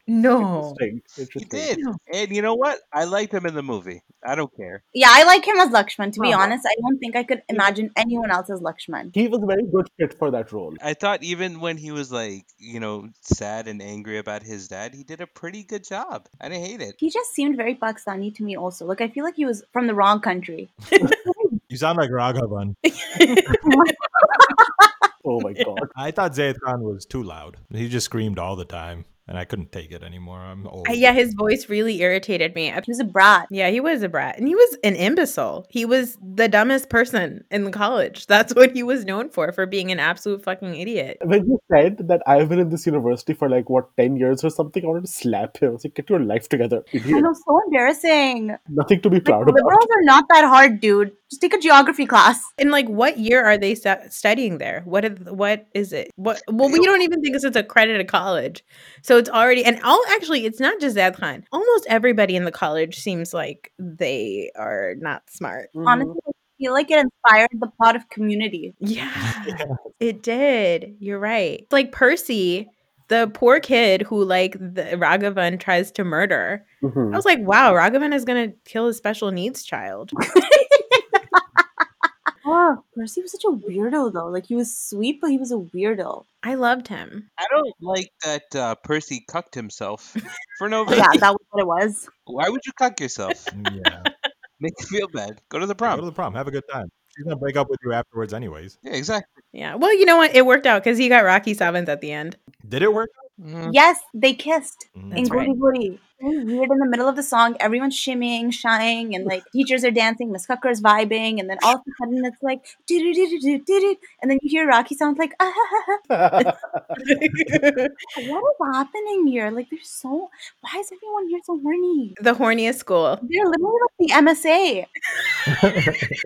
Speaker 1: no.
Speaker 5: Interesting.
Speaker 6: He
Speaker 5: Interesting.
Speaker 6: did, and you know what? I liked him in the movie. I don't care.
Speaker 4: Yeah, I like him as Lakshman. To be
Speaker 1: Oh.
Speaker 4: honest, I don't think I could imagine anyone else as Lakshman.
Speaker 5: He was a very good fit for that role.
Speaker 6: I thought even when he was like, you know, sad and angry about his dad, he did a pretty good job. I didn't hate it.
Speaker 4: He just seemed very Pakistani to me, also. Like, I feel like he was from the wrong country.
Speaker 2: You sound like Raghavan.
Speaker 5: Oh my god.
Speaker 2: I thought Zayed Khan was too loud. He just screamed all the time, and I couldn't take it anymore. I'm old.
Speaker 1: Uh, Yeah, his voice really irritated me.
Speaker 4: He was a brat.
Speaker 1: Yeah, he was a brat and he was an imbecile. He was the dumbest person in college. That's what he was known for, for being an absolute fucking idiot.
Speaker 5: When he said that I've been in this university for like what ten years or something, I wanted to slap him. I was like, "Get your life together,
Speaker 1: Uh-huh.
Speaker 4: I
Speaker 5: idiot!
Speaker 4: know, so embarrassing.
Speaker 5: Nothing to be
Speaker 4: Like,
Speaker 5: proud about."
Speaker 4: liberals are not that hard, dude. Just take a geography class.
Speaker 1: And like, what year are they stu- studying there? What is what is it? What well, we don't even think it's it's accredited college, so it's already and all actually, it's not just Zadhan. Almost everybody in the college seems like they are not smart.
Speaker 5: Mm-hmm.
Speaker 6: Mm-hmm.
Speaker 4: Honestly, I feel like it inspired the plot of Community.
Speaker 1: Yeah, it did. You're right. Like Percy, the poor kid who like the Ragavan tries to murder.
Speaker 5: Mhm.
Speaker 1: I was like, wow, Ragavan is gonna kill his special needs child.
Speaker 4: Oh, Percy was such a weirdo, though. Like, he was sweet, but he was a weirdo.
Speaker 1: I loved him.
Speaker 6: I don't like that uh, Percy cucked himself for no reason.
Speaker 4: Yeah, that was what it was.
Speaker 6: Why would you cuck yourself?
Speaker 2: Mm, yeah.
Speaker 6: Make you feel bad. Go to the
Speaker 2: Go to
Speaker 6: prom.
Speaker 2: the prom. Have a good time. She's gonna break up with you afterwards, anyways.
Speaker 6: Yeah, exactly.
Speaker 1: Yeah. Well, you know what? It worked out because he got Rocky Seventh at the end.
Speaker 2: Did it work?
Speaker 6: Mm.
Speaker 4: Yes, they kissed.
Speaker 2: Mm.
Speaker 1: That's
Speaker 4: in
Speaker 1: right.
Speaker 4: Guri Guri. Very weird in the middle of the song. Everyone's shimmying, shying, and like teachers are dancing, Miss Cucker's vibing, and then all of a sudden it's like do do do do do do, and then you hear Rocky sound like ah, ha, ha, ha.
Speaker 1: Oh.
Speaker 4: what is happening here? Like they're so why is everyone here so horny?
Speaker 1: the horniest school.
Speaker 4: They're literally like the MSA.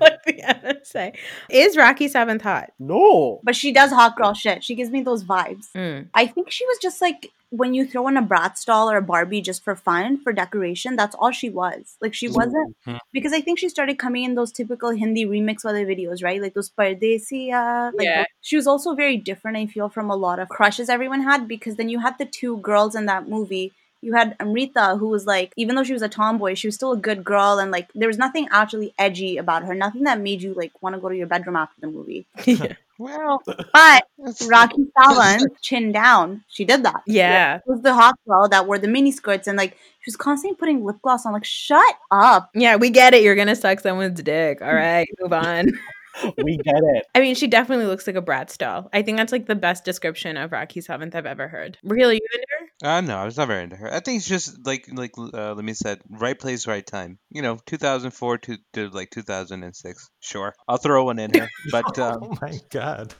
Speaker 1: like the I'm gonna say. Is Rocky Seventh hot?
Speaker 5: No.
Speaker 4: But she does hot girl shit. She gives me those vibes.
Speaker 1: Mm.
Speaker 4: I think she was just like when you throw in a Bratz doll or a Barbie just for fun, for decoration, that's all she was. Like she wasn't
Speaker 6: Mhm.
Speaker 4: because I think she started coming in those typical Hindi remix wale videos, right? Like those Pardesiya. Like
Speaker 1: Yeah.
Speaker 4: those- she was also very different, I feel, from a lot of crushes everyone had because then you had the two girls in that movie. You had Amrita, who was like, even though she was a tomboy, she was still a good girl, and like there was nothing actually edgy about her, nothing that made you like want to go to your bedroom after the movie.
Speaker 1: yeah.
Speaker 6: Well,
Speaker 4: But
Speaker 6: that's-
Speaker 4: Rocky Savant, chin down. She did that.
Speaker 1: yeah.
Speaker 4: It was the hot girl that wore the mini skirts and like she was constantly putting lip gloss on. Like, shut up.
Speaker 1: we get it. You're gonna suck someone's dick. All right, move on.
Speaker 5: We get it.
Speaker 1: I mean, she definitely looks like a Bratz doll. I think that's like the best description of Rocky Seventh I've ever heard. Really, you and her?
Speaker 6: Uh, no, I was never into her. I think it's just like like uh, let me said, right place, right time. You know, 2004 to, to like 2006. Sure, I'll throw one in here, but um,
Speaker 2: oh my god.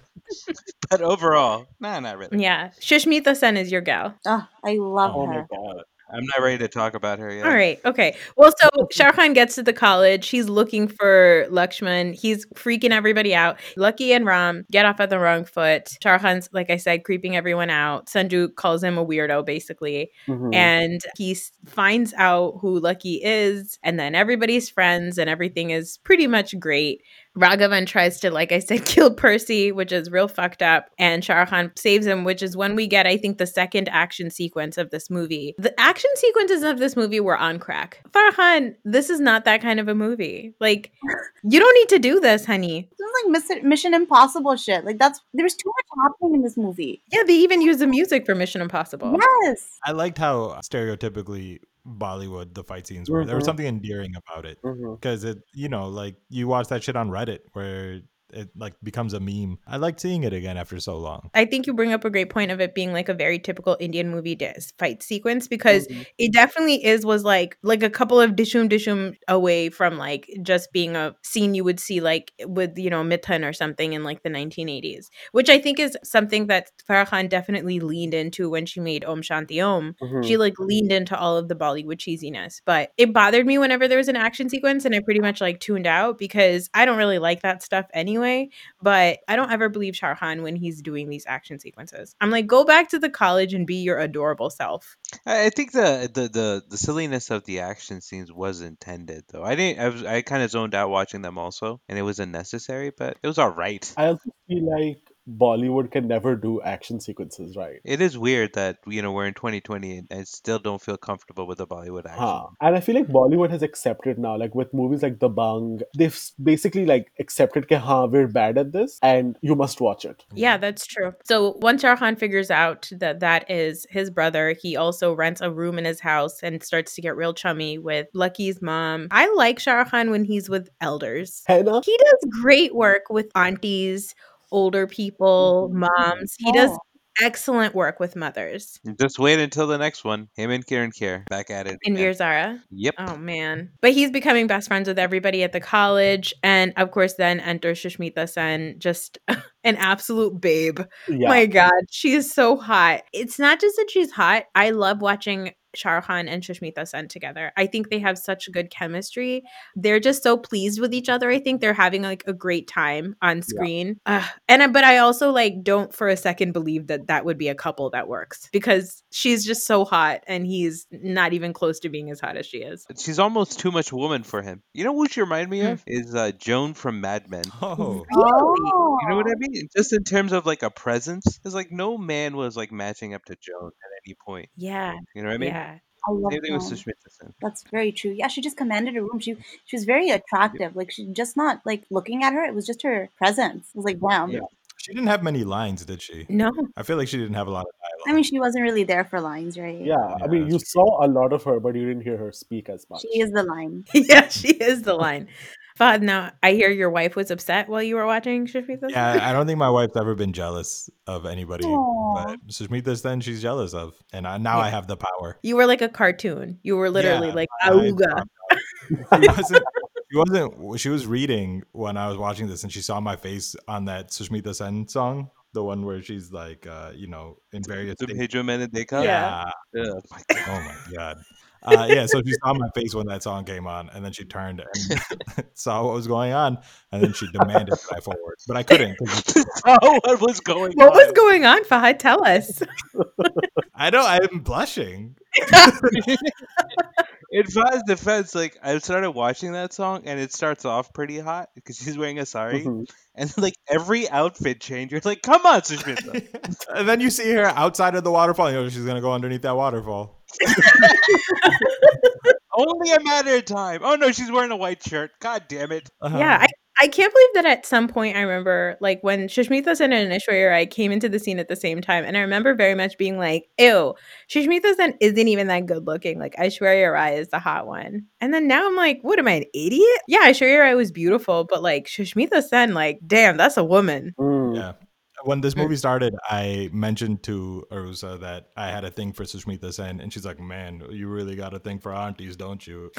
Speaker 6: but overall, nah, not really.
Speaker 1: Yeah, Shishmita Sen is your gal.
Speaker 4: Ugh, I love
Speaker 5: Oh my
Speaker 4: her.
Speaker 5: god.
Speaker 6: I'm not ready to talk about her yet.
Speaker 1: All right, okay. Well, so Shah Khan gets to the college. He's looking for Lakshman. He's freaking everybody out. Lucky and Ram get off at the wrong foot. Shah Khan's, like I said, creeping everyone out. Sandu calls him a weirdo, basically.
Speaker 6: Mm-hmm.
Speaker 5: Mhm.
Speaker 1: and he s- finds out who Lucky is, and then everybody's friends, and everything is pretty much great. Raghavan tries to, like I said, kill Percy, which is real fucked up, and Shahrukh saves him, which is when we get, I think, the second action sequence of this movie. The action sequences of this movie were on crack. Farhan, this is not that kind of a movie. Like, you don't need to do this, honey.
Speaker 4: This is like Miss- Mission Impossible shit. Like that's there was too much happening in this movie.
Speaker 1: Yeah, they even use the music for Mission Impossible.
Speaker 4: Yes.
Speaker 2: I liked how stereotypically Bollywood the fight scenes were. There was
Speaker 5: Mhm.
Speaker 2: something endearing about it
Speaker 6: Mm-hmm.
Speaker 5: Mhm.
Speaker 2: because it, you know, like you watch that shit on Reddit where it like becomes a meme. I liked seeing it again after so long.
Speaker 1: I think you bring up a great point of it being like a very typical Indian movie dis- fight sequence because
Speaker 5: Mhm.
Speaker 1: it definitely is was like like a couple of dishum dishum away from like just being a scene you would see like with you know Mithun or something in like the 1980s, which I think is something that Farah Khan definitely leaned into when she made Om Shanti Om.
Speaker 5: Mhm.
Speaker 1: She like leaned into all of the Bollywood cheesiness, but it bothered me whenever there was an action sequence and I pretty much like tuned out because I don't really like that stuff anyway but I don't ever believe Sharhan when he's doing these action sequences. I'm like, go back to the college and be your adorable self.
Speaker 6: I I think the, the the the silliness of the action scenes was intended, though. I didn't. I was I kind of zoned out watching them also, and it was unnecessary, but it was all right.
Speaker 5: I also feel like Bollywood can never do action sequences, right?
Speaker 6: It is weird that you know we're in 2020 and I still don't feel comfortable with the Bollywood action.
Speaker 5: Huh. And I feel like Bollywood has accepted now, like with movies like The Bung, they've s- basically like accepted that huh, we're bad at this and you must watch it.
Speaker 1: Yeah, that's true. So once Sharhan figures out that that is his brother, he also rents a room in his house and starts to get real chummy with Lucky's mom. I like Sharhan when he's with elders.
Speaker 5: Henna?
Speaker 1: He does great work with aunties, older people, moms. He does
Speaker 4: Oh.
Speaker 1: excellent work with mothers.
Speaker 6: Just wait until the next one. Him and Kieran Kier back at it.
Speaker 1: In
Speaker 6: again.
Speaker 1: Virzara.
Speaker 6: Yep.
Speaker 1: Oh man. But he's becoming best friends with everybody at the college. And of course, then enters Shishmita Sen, just an absolute babe.
Speaker 5: Yeah.
Speaker 1: My God, she is so hot. It's not just that she's hot. I love watching Shahrukh and Shishmita Sen together. I think they have such good chemistry. They're just so pleased with each other. I think they're having like a great time on screen. Ugh. And I- but I also like don't for a second believe that that would be a couple that works because she's just so hot and he's not even close to being as hot as she is.
Speaker 6: She's almost too much woman for him. You know who she remind
Speaker 5: Hmm.
Speaker 6: me
Speaker 1: Mm.
Speaker 6: of is uh, Joan from Mad Men.
Speaker 2: Oh,
Speaker 4: Oh.
Speaker 6: You know what I mean? Just in terms of like a presence, it's like no man was like matching up to Joan at any point.
Speaker 1: Yeah.
Speaker 6: You know what I mean?
Speaker 1: Yeah.
Speaker 4: I love
Speaker 6: Same thing with
Speaker 4: Joan.
Speaker 6: Sushmitasen.
Speaker 4: That's very true. Yeah, she just commanded a room. She she was very attractive. Like she just not like looking at her. It was just her presence. It was like damn.
Speaker 6: Yeah.
Speaker 2: she didn't have many lines, did she?
Speaker 1: No.
Speaker 2: I feel like she didn't have a lot of dialogue.
Speaker 4: I mean, she wasn't really there for lines, right?
Speaker 5: Yeah,
Speaker 2: Yeah,
Speaker 5: I mean,
Speaker 2: that's
Speaker 5: you
Speaker 2: true.
Speaker 5: saw a lot of her, but you didn't hear her speak as much.
Speaker 4: She is the line.
Speaker 1: yeah, she is the line. Fahad, now I hear your wife was upset while you were watching Shishmita Sen.
Speaker 2: yeah, I don't think my wife's ever been jealous of anybody,
Speaker 4: Aw.
Speaker 2: but Sushmita's then she's jealous of, and I, now I have the power.
Speaker 1: You were like a cartoon. You were literally
Speaker 2: Yeah,
Speaker 1: like
Speaker 2: I
Speaker 1: Auga.
Speaker 2: She wasn't. She wasn't. She was reading when I was watching this, and she saw my face on that Sushmita Sen song, the one where she's like, uh, you know, in various.
Speaker 6: Tum
Speaker 2: states.
Speaker 6: hi jo maine dekha.
Speaker 2: Yeah.
Speaker 1: Yeah.
Speaker 6: Ugh, my
Speaker 2: Oh my god. Uh, yeah, so she saw my face when that song came on, and then she turned and saw what was going on, and then she demanded that I forward, but I couldn't. 'cause
Speaker 6: oh, what was going
Speaker 1: What was
Speaker 6: on?
Speaker 1: going on, Fahad? Tell us.
Speaker 2: I know I'm blushing.
Speaker 6: In Fah's defense, like I started watching that song and it starts off pretty hot because she's wearing a sari,
Speaker 2: Mm-hmm.
Speaker 5: Mhm.
Speaker 6: and like every outfit change, you're like, "Come on, Sushmita!"
Speaker 2: and then you see her outside of the waterfall. You know she's gonna go underneath that waterfall.
Speaker 6: Only a matter of time." Oh no, she's wearing a white shirt. God damn it!
Speaker 2: Uh-huh.
Speaker 1: Yeah, I, I can't believe that at some point I remember like when Shishmita Sen and Aishwarya came into the scene at the same time, and I remember very much being like, "Ew, Shishmita Sen isn't even that good looking. Like Aishwarya Rai is the hot one." And then now I'm like, "What am I, an idiot?" Yeah, Aishwarya Rai was beautiful, but like Shishmita Sen, like, damn, that's a woman.
Speaker 5: Mm.
Speaker 2: Yeah. When
Speaker 6: Hmm.
Speaker 2: this movie started, I mentioned to Arusa that I had a thing for Sushmita Sen, and she's like, "Man, you really got a thing for aunties, don't you?"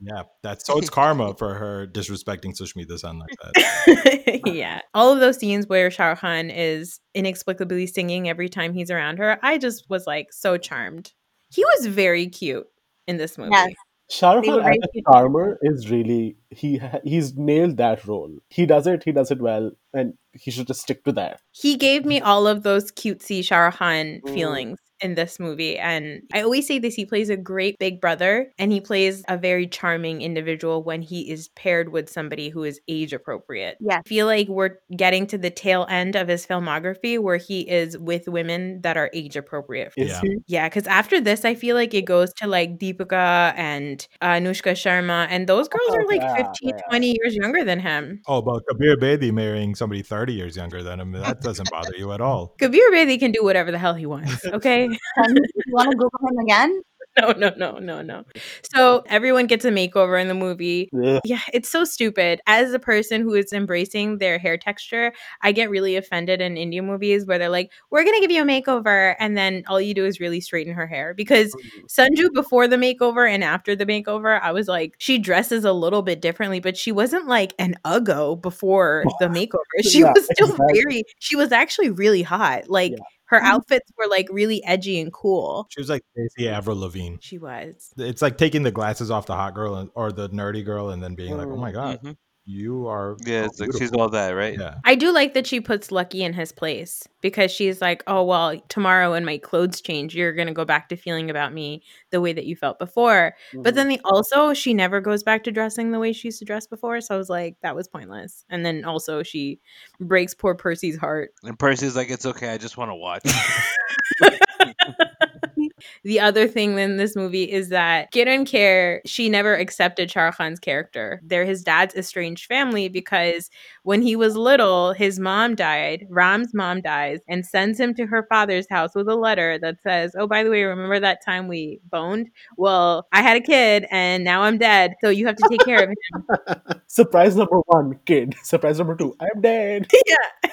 Speaker 2: yeah, that's so. It's karma for her disrespecting Sushmita Sen like that.
Speaker 4: Uh,
Speaker 1: yeah, all of those scenes where Shah Rukh Khan is inexplicably singing every time he's around her, I just was like so charmed. He was very cute in this movie.
Speaker 4: Yes.
Speaker 5: Shah Rukh
Speaker 4: They were
Speaker 5: Khan as
Speaker 4: very
Speaker 5: a
Speaker 4: cute.
Speaker 5: charmer is really he ha- he's nailed that role. He does it. He does it well, and he should just stick to that.
Speaker 1: he gave me all of those cutesy Shah Rukh Khan
Speaker 5: Mm.
Speaker 1: feelings in this movie. And I always say this he plays a great big brother and he plays a very charming individual when he is paired with somebody who is age appropriate.
Speaker 4: Yes.
Speaker 1: I feel like we're getting to the tail end of his filmography where he is with women that are age appropriate.
Speaker 5: Is
Speaker 2: Yeah.
Speaker 5: he?
Speaker 1: Yeah, because after this, I feel like it goes to like Deepika and uh, Anushka Sharma, and those girls are like
Speaker 5: Oh, yeah,
Speaker 1: 15, 20 years younger than him.
Speaker 2: Oh, but Kabir Bedi marrying somebody thirty years younger than him—that doesn't bother you at all.
Speaker 1: Kabir Bedi can do whatever the hell he wants, okay?
Speaker 4: Can you want to Google him again?
Speaker 1: no, no, no, no, no. So everyone gets a makeover in the movie.
Speaker 5: Yeah.
Speaker 1: Yeah, it's so stupid. As a person who is embracing their hair texture, I get really offended in Indian movies where they're like, "We're gonna give you a makeover," and then all you do is really straighten her hair. Because
Speaker 5: Mm.
Speaker 1: Sunju before the makeover and after the makeover, I was like, she dresses a little bit differently, but she wasn't like an uggo before the makeover. She
Speaker 5: Yeah,
Speaker 1: was still
Speaker 5: exactly.
Speaker 1: very. She was actually really hot. Like
Speaker 5: Yeah. Mm.
Speaker 1: her
Speaker 4: Mhm.
Speaker 1: outfits were like really edgy and cool.
Speaker 2: She was like Stacey Avril Lavigne.
Speaker 1: She was.
Speaker 2: It's like taking the glasses off the hot girl and, or the nerdy girl, and then being like, "Oh my god,
Speaker 6: Mhm.
Speaker 2: you are
Speaker 6: Yeah,
Speaker 2: so
Speaker 6: it's like she's
Speaker 2: beautiful."
Speaker 6: all that, right?
Speaker 2: yeah."
Speaker 1: I do like that she puts Lucky in his place because she's like, oh, well, tomorrow when my clothes change, you're going to go back to feeling about me the way that you felt before. But then they also, she never goes back to dressing the way she used to dress before. So I was like, that was pointless. And then also, she breaks poor Percy's heart.
Speaker 6: And Percy's like, "It's okay, I just want to watch."
Speaker 1: The other thing in this movie is that Kiran Kher, she never accepted Shah Rukh Khan's character. They're his dad's estranged family because when he was little, his mom died, Ram's mom dies, and sends him to her father's house with a letter that says, Oh, by the way, remember that time we boned? Well, I had a kid and now I'm dead, so you have to take care of him.
Speaker 5: Surprise number one, kid. Surprise number two, I'm dead.
Speaker 6: I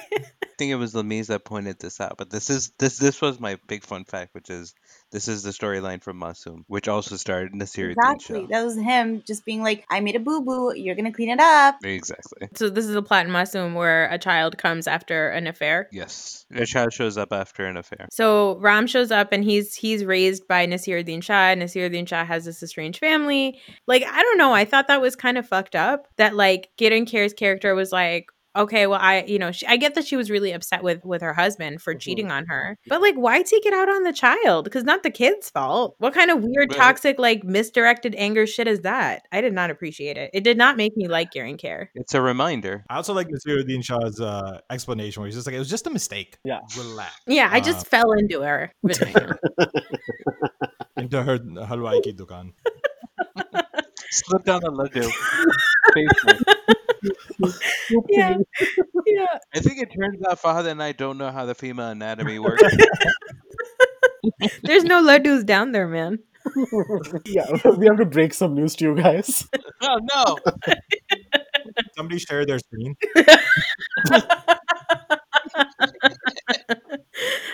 Speaker 6: think it was Lemise that pointed this out, but this is this this was my big fun fact, which is this is the storyline from Masum, which also starred Nasir
Speaker 4: Exactly.
Speaker 6: Exactly.
Speaker 4: That was him just being like, I made a boo boo. You're going to clean it up.
Speaker 6: Exactly.
Speaker 1: So, this is a plot in Masum where a child comes after an affair.
Speaker 6: Yes. A child shows up after an affair.
Speaker 1: So Ram shows up and he's he's raised by Nasiruddin Shah. Nasiruddin Shah has this estranged family. Like, I don't know. I thought that was kind of fucked up that like Gideon Kerr's character was like, okay, well, I, you know, she, I get that she was really upset with with her husband for
Speaker 5: Mhm.
Speaker 1: cheating on her. But like, why take it out on the child? Because not the kid's fault. What kind of weird,
Speaker 6: Right.
Speaker 1: toxic, like misdirected anger shit is that? I did not appreciate it. It did not make me like Gideon Kerr.
Speaker 6: It's a reminder.
Speaker 2: I also like Nasiruddin Shah's uh, explanation where he's just like, it was just a mistake.
Speaker 5: Yeah.
Speaker 2: Relax.
Speaker 1: Yeah, I
Speaker 2: Uh,
Speaker 1: just fell into her vagina.
Speaker 2: Into her halwai ki dukan.
Speaker 6: Slip down the ledge.
Speaker 1: yeah, yeah.
Speaker 6: I think it turns out Fahad and I don't know how the female anatomy works.
Speaker 1: There's no laddus down there, man.
Speaker 5: yeah, we have to break some news to you guys.
Speaker 6: oh no!
Speaker 2: Somebody share their screen.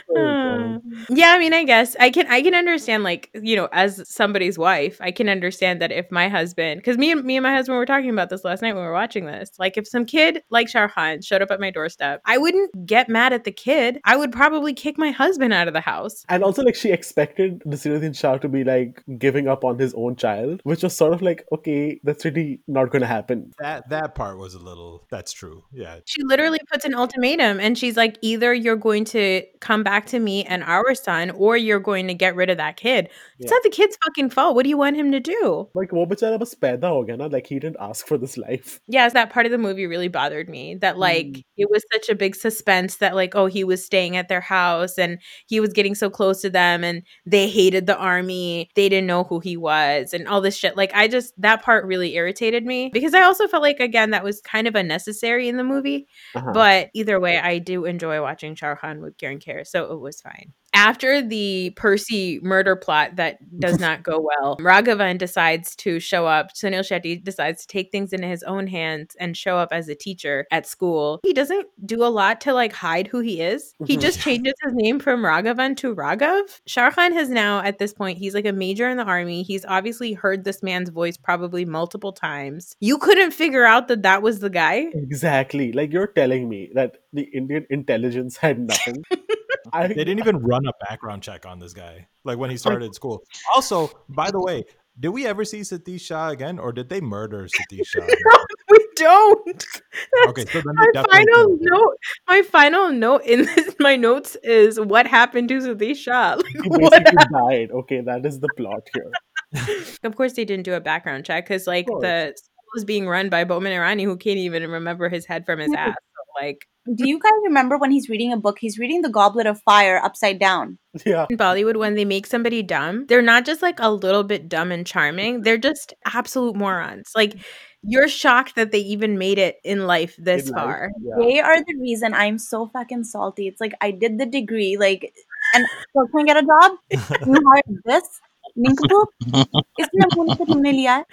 Speaker 5: Oh, God.
Speaker 1: Uh, Yeah, I mean, I guess I can I can understand like, you know, as somebody's wife, I can understand that if my husband cuz me and me and my husband were talking about this last night when we were watching this, like if some kid like Sharhan showed up at my doorstep, I wouldn't get mad at the kid. I would probably kick my husband out of the house.
Speaker 5: And also, like, she expected Nasiruddin Shah to be like giving up on his own child, which was sort of like, okay, that's really not going to happen.
Speaker 2: That that part was a little. That's true. Yeah.
Speaker 1: She literally puts an ultimatum and she's like either you're going to come back to me and our son or you're going to get rid of that kid. It's
Speaker 5: Yeah.
Speaker 1: not the kid's fucking fault. What do you want him to do?
Speaker 5: Like, वो बेचारा बस पैदा हो गया ना like he didn't ask for this life.
Speaker 1: yes, that part of the movie really bothered me. That like
Speaker 5: Mm.
Speaker 1: it was such a big suspense that like oh he was staying at their house and he was getting so close to them and they hated the army. They didn't know who he was and all this shit. Like I just that part really irritated me because I also felt like again that was kind of unnecessary in the movie.
Speaker 5: Uh-huh.
Speaker 1: But either way, I do enjoy watching Shao Khan with Karen Kerr, so it was fine. After the Percy murder plot that does not go well, Raghavan decides to show up. Sunil Shetty decides to take things into his own hands and show up as a teacher at school. He doesn't do a lot to like hide who he is. He
Speaker 5: Mhm.
Speaker 1: just changes his name from Raghavan to Raghav. Shah Khan has now, at this point, he's like a major in the army. He's obviously heard this man's voice probably multiple times. You couldn't figure out that that was the guy.
Speaker 5: exactly. Like you're telling me that the Indian intelligence had nothing. I,
Speaker 2: They didn't even run a background check on this guy, like when he started school. Also, by the way, did we ever see Satish Shah again, or did they murder Satish Shah?
Speaker 1: We don't.
Speaker 2: Okay, so then
Speaker 1: my
Speaker 2: they definitely
Speaker 1: final
Speaker 2: killed him.
Speaker 1: note my final note in this my notes is what happened to Zadisha
Speaker 5: he
Speaker 1: like, what
Speaker 5: basically died. Okay, that is the plot here.
Speaker 1: hap- of course they didn't do a background check because like
Speaker 5: course.
Speaker 1: the school is being run by Bowman Irani who can't even remember his head from his
Speaker 4: Yeah.
Speaker 1: ass so, like
Speaker 4: Do you guys remember when he's reading a book? He's reading The Goblet of Fire upside down.
Speaker 5: Yeah.
Speaker 1: in Bollywood when they make somebody dumb they're not just like a little bit dumb and charming they're just absolute morons like you're shocked that they even made it in life this
Speaker 5: In life,
Speaker 1: far
Speaker 5: Yeah.
Speaker 4: They are the reason I'm so fucking salty. It's like I did the degree, like, and so can I get a job? You hired this nincompoop? इसने बोला कि तुमने लिया है?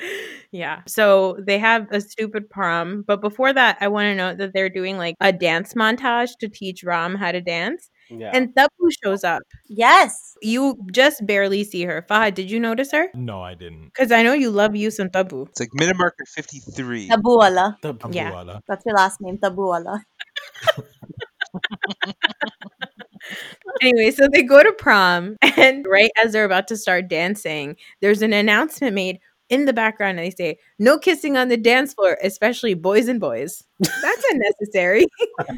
Speaker 1: Yeah. So they have a stupid prom. But before that, I want to note that they're doing like a dance montage to teach Ram how to dance.
Speaker 5: Yeah.
Speaker 1: And Tapu shows up.
Speaker 4: Yes.
Speaker 1: You just barely see her. Fahad, did you notice her?
Speaker 2: No, I didn't.
Speaker 1: Because I know you love you some Tapu.
Speaker 6: It's like minute marker 53.
Speaker 4: Tabu wala.
Speaker 5: The-
Speaker 1: Yeah.
Speaker 2: Abuwala.
Speaker 4: That's your last name, Tabu wala.
Speaker 1: Anyway, so they go to prom. And right as they're about to start dancing, there's an announcement made in the background. And they say, no kissing on the dance floor, especially boys and boys. That's unnecessary.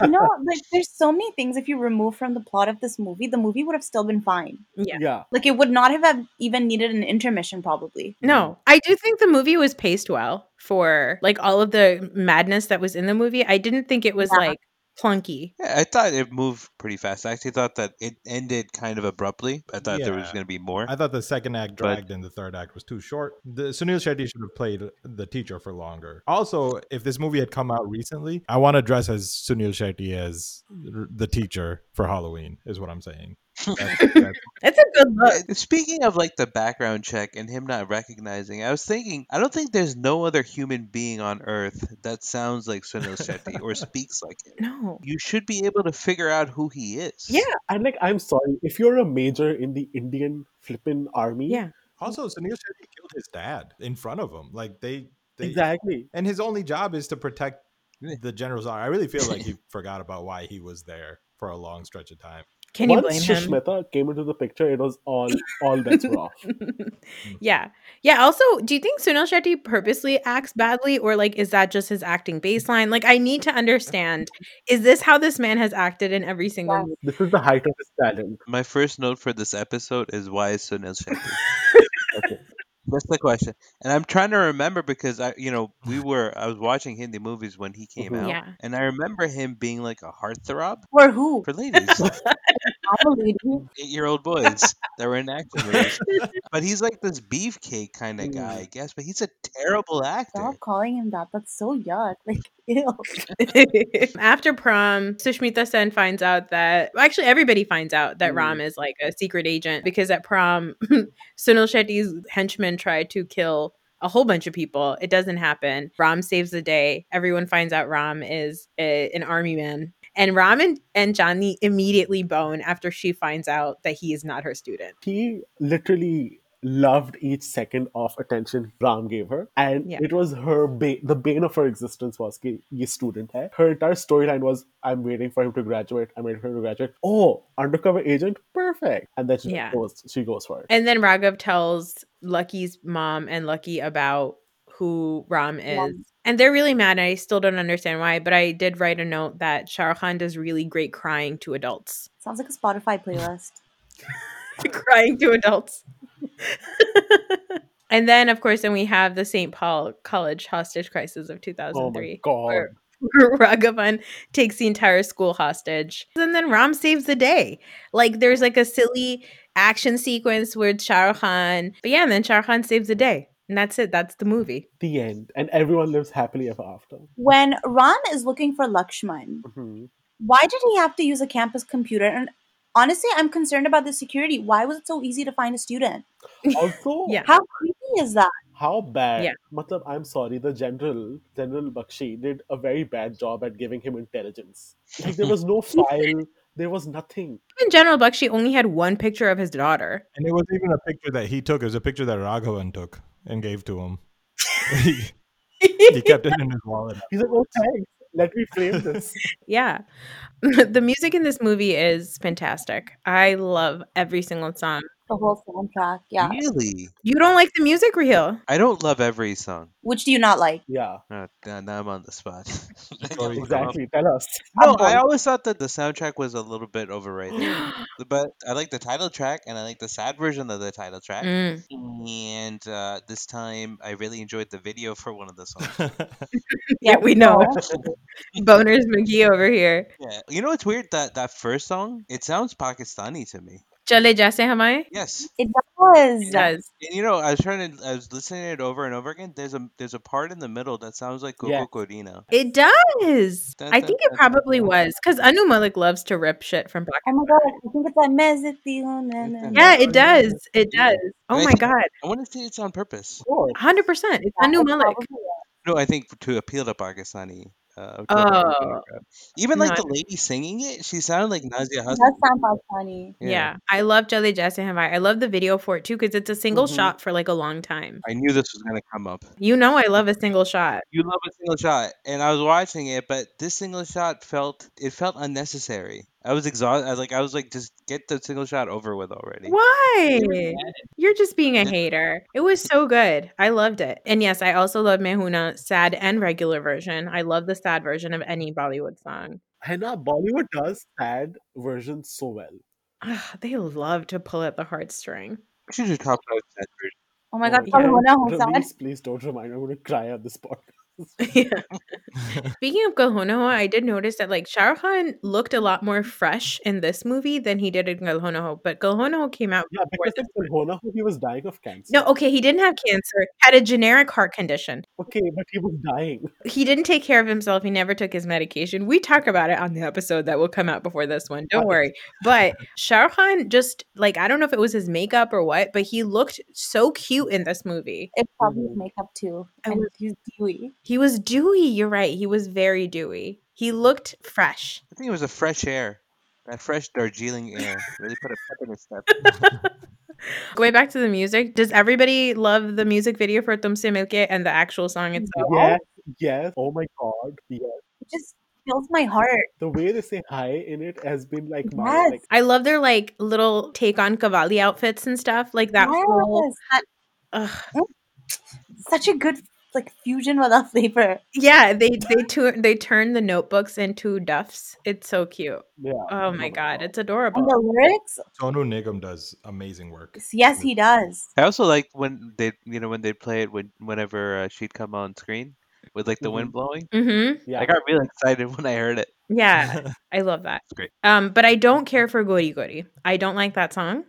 Speaker 4: You know, like there's so many things. If you remove from the plot of this movie, the movie would have still been fine.
Speaker 1: Yeah.
Speaker 5: yeah.
Speaker 4: Like it would not have have even needed an intermission, probably.
Speaker 1: No, I do think the movie was paced well for like all of the madness that was in the movie. I didn't think it was
Speaker 4: Yeah.
Speaker 1: like clunky.
Speaker 6: Yeah, I thought it moved pretty fast. I actually thought that it ended kind of abruptly. I thought there was
Speaker 2: Yeah.
Speaker 6: going to be more.
Speaker 2: I thought the second act
Speaker 6: But-
Speaker 2: dragged and the third act was too short. The Sunil Shetty should have played the teacher for longer. Also, if this movie had come out recently, I want to dress as Sunil Shetty as r- the teacher for Halloween. Is what I'm saying. That's- that's-
Speaker 1: That's a good look.
Speaker 6: Uh, Speaking of like the background check and him not recognizing, I was thinking, I don't think there's no other human being on earth that sounds like Sunil Shetty or speaks like him.
Speaker 1: No.
Speaker 6: You should be able to figure out who he is.
Speaker 1: Yeah.
Speaker 5: And like, I'm sorry if you're a major in the Indian flippin' army.
Speaker 1: Yeah.
Speaker 6: Hmm.
Speaker 2: also, Sunil Shetty killed his dad in front of him. Like they, they
Speaker 5: Exactly.
Speaker 2: and his only job is to protect
Speaker 6: Yeah.
Speaker 2: the general's honor. I really feel like he forgot about why he was there for a long stretch of time.
Speaker 1: Can you blame
Speaker 5: Once
Speaker 1: him?
Speaker 5: Sushmita came into the picture, it was all all bets were off.
Speaker 1: yeah. Yeah. Also, do you think Sunil Shetty purposely acts badly or like is that just his acting baseline? Like, I need to understand is this how this man has acted in every single movie?
Speaker 5: This is the height of his talent.
Speaker 6: My first note for this episode is why is Sunil Shetty?
Speaker 5: Okay.
Speaker 6: That's the question. And I'm trying to remember because I, you know, we were, I was watching Hindi movies when he came
Speaker 5: Mhm.
Speaker 6: out.
Speaker 1: Yeah.
Speaker 6: And I remember him being like a heartthrob
Speaker 4: For who?
Speaker 6: for ladies.
Speaker 4: I'm a lady.
Speaker 6: eight year old boys that were in action movies. But he's like this beefcake kind of guy, I guess. But he's a terrible actor.
Speaker 4: Stop calling him that. That's so yuck. Like, ew.
Speaker 1: After prom, Sushmita Sen finds out that well, actually everybody finds out that
Speaker 5: Mm.
Speaker 1: Ram is like a secret agent because at prom, Sunil Shetty's henchmen try to kill a whole bunch of people. It doesn't happen. Ram saves the day. Everyone finds out Ram is a, an army man. And Ram and, and Johnny immediately bone after she finds out that he is not her student.
Speaker 5: He literally loved each second of attention Ram gave her, and
Speaker 1: Yeah.
Speaker 5: it was her ba- the bane of her existence was ki ye student hai. Her entire storyline was, "I'm waiting for him to graduate. I'm waiting for him to graduate. Oh, undercover agent, perfect." And then she
Speaker 1: Yeah.
Speaker 5: goes, she goes for it.
Speaker 1: And then Raghav tells Lucky's mom and Lucky about who Ram is.
Speaker 4: Yeah.
Speaker 1: And they're really mad. And I still don't understand why, but I did write a note that Shah Rukh Khan does really great crying to adults.
Speaker 4: Sounds like a Spotify playlist.
Speaker 1: crying to adults. and then, of course, then we have the St. Paul College hostage crisis of
Speaker 5: Oh
Speaker 1: 2003.
Speaker 5: my god!
Speaker 1: Ragavan takes the entire school hostage. And then Ram saves the day. Like there's like a silly action sequence with Shah Rukh Khan. But yeah, and then Shah Rukh Khan saves the day. And that's it. That's the movie.
Speaker 5: The end, and everyone lives happily ever after.
Speaker 4: When Ram is looking for Lakshman,
Speaker 1: Mm-hmm.
Speaker 5: Mhm.
Speaker 4: why did he have to use a campus computer? And honestly, I'm concerned about the security. Why was it so easy to find a student?
Speaker 5: Mm-hmm. Also,
Speaker 1: Yeah.
Speaker 4: How creepy is that?
Speaker 5: How bad?
Speaker 1: Yeah.
Speaker 5: Matlab, I'm sorry, the general, General Bakshi, did a very bad job at giving him intelligence. Like, there was no file, there was nothing.
Speaker 1: Even General Bakshi only had one picture of his daughter.
Speaker 2: And it was even a picture that he took. It was a picture that Raghavan took and gave to him. he, he kept it in his wallet.
Speaker 5: He's like, oh, thanks, let me frame this.
Speaker 1: yeah. the music in this movie is fantastic. I love every single song.
Speaker 4: The whole soundtrack, yeah.
Speaker 6: Really?
Speaker 1: You don't like the music, Raheel?
Speaker 6: I don't love every song.
Speaker 4: Which do you not like?
Speaker 5: yeah,
Speaker 6: Uh, now, now I'm on the spot. Oh
Speaker 2: Sorry,
Speaker 5: exactly. Tell us.
Speaker 6: No,
Speaker 4: I'm
Speaker 6: I
Speaker 4: going-
Speaker 6: always thought that the soundtrack was a little bit overrated. But I like the title track and I like the sad version of the title track.
Speaker 1: Mm.
Speaker 6: And uh, this time I really enjoyed the video for one of the songs.
Speaker 1: Yeah, we know.
Speaker 4: no.
Speaker 1: Boners McGee over here.
Speaker 6: yeah. You know what's weird? That that first song, it sounds Pakistani to me.
Speaker 1: Chale jaise hamaye?
Speaker 6: Yes.
Speaker 4: It does.
Speaker 1: It does.
Speaker 6: And you know, I was trying to I was listening to it over and over again. There's a there's a part in the middle that sounds like Coco
Speaker 5: Yes.
Speaker 6: Corino.
Speaker 1: It does.
Speaker 6: Dun,
Speaker 1: I
Speaker 6: dun,
Speaker 1: think it
Speaker 6: dun, dun,
Speaker 1: probably
Speaker 6: dun.
Speaker 1: was because Anu Malik loves to rip shit from Black.
Speaker 4: Oh my god, I think it's that Mezzi- oh, na- na- na.
Speaker 1: Yeah, it
Speaker 5: yeah,
Speaker 1: does. It
Speaker 5: yeah.
Speaker 1: does. Oh
Speaker 6: I
Speaker 1: my
Speaker 6: think-
Speaker 1: god,
Speaker 6: I want to say it's on purpose.
Speaker 5: Of course.
Speaker 1: hundred percent. It's
Speaker 4: Yeah,
Speaker 1: Anu
Speaker 4: it's
Speaker 1: Malik.
Speaker 4: probably
Speaker 6: No, I think to appeal to Pakistani. Uh, to appeal to the
Speaker 1: Oh
Speaker 6: crowd. Even
Speaker 1: No,
Speaker 6: like
Speaker 1: I
Speaker 6: the lady singing it, she sounded like Nazia
Speaker 4: it. It
Speaker 6: Hussain.
Speaker 4: does sound Pakistani.
Speaker 1: yeah, I love Chale jaise hamaye. I love the video for it too because it's a single
Speaker 5: Mhm.
Speaker 1: shot for like a long time.
Speaker 6: I knew this was gonna come up.
Speaker 1: You know, I love a single shot.
Speaker 6: You love a single shot, and I was watching it, but this single shot felt it felt unnecessary. I was exhausted. I was like, I was like, just get the single shot over with already.
Speaker 1: Why? You're just being a
Speaker 6: Did-
Speaker 1: hater. It was so good. I loved it. And yes, I also love Mehuna sad and regular version. I love the sad version of any Bollywood song.
Speaker 5: I know Bollywood does sad versions so well.
Speaker 1: Ah, they love to pull at the heartstring.
Speaker 6: We should do top five sad versions.
Speaker 4: Oh my
Speaker 5: Oh
Speaker 4: god,
Speaker 5: my
Speaker 1: God.
Speaker 4: Kalhona Hossain.
Speaker 5: Please, please don't remind me. I'm going to cry on this podcast.
Speaker 1: Yeah. Speaking of Galhonoa, I did notice that like Shah Rukh Khan looked a lot more fresh in this movie than he did in Galhonoho, but Galhonoho came out
Speaker 5: Yeah,
Speaker 1: before
Speaker 5: because
Speaker 1: this.
Speaker 5: in Kalhona, he was dying of cancer.
Speaker 1: No, okay, he didn't have cancer, had a generic heart condition.
Speaker 5: Okay, but he was dying.
Speaker 1: He didn't take care of himself. He never took his medication. We talk about it on the episode that will come out before this one. Don't
Speaker 5: Okay.
Speaker 1: worry. But Shah Rukh Khan just like I don't know if it was his makeup or what, but he looked so cute in this movie.
Speaker 4: It's probably his
Speaker 5: Mhm.
Speaker 4: makeup too.
Speaker 1: I
Speaker 4: And
Speaker 1: was-
Speaker 4: he's dewy.
Speaker 1: He was dewy. You're right. He was very dewy. He looked fresh.
Speaker 6: I think it was a fresh air, that fresh Darjeeling air really put a pep in his step.
Speaker 1: Going back to the music, does everybody love the music video for Tumse Milke and the actual song itself?
Speaker 5: Yes, yes. Oh my god. Yes.
Speaker 4: It just fills my heart.
Speaker 5: The way they say hi in it has been like my
Speaker 4: Yes.
Speaker 5: like
Speaker 1: I love their like little take on Cavalli outfits and stuff like that. Whole,
Speaker 4: Yes, that-
Speaker 1: ugh.
Speaker 4: such a good like fusion with a flavor.
Speaker 1: Yeah, they they turn they turn the notebooks into duffs. It's so cute.
Speaker 5: yeah.
Speaker 1: Oh my
Speaker 5: my
Speaker 1: god, it's
Speaker 4: And the
Speaker 1: adorable.
Speaker 4: lyrics,
Speaker 2: Sonu Nigam does amazing work.
Speaker 4: yes, he does.
Speaker 6: I also liked when they, you know, when they play it when whenever uh, she'd come on screen with like the wind
Speaker 5: Mhm.
Speaker 6: blowing.
Speaker 1: Mm-hmm.
Speaker 6: I
Speaker 5: Yeah.
Speaker 6: got really excited when I heard it.
Speaker 1: Yeah, I love that.
Speaker 6: It's great.
Speaker 1: Um, but I don't care for Gori Gori. I don't like that song.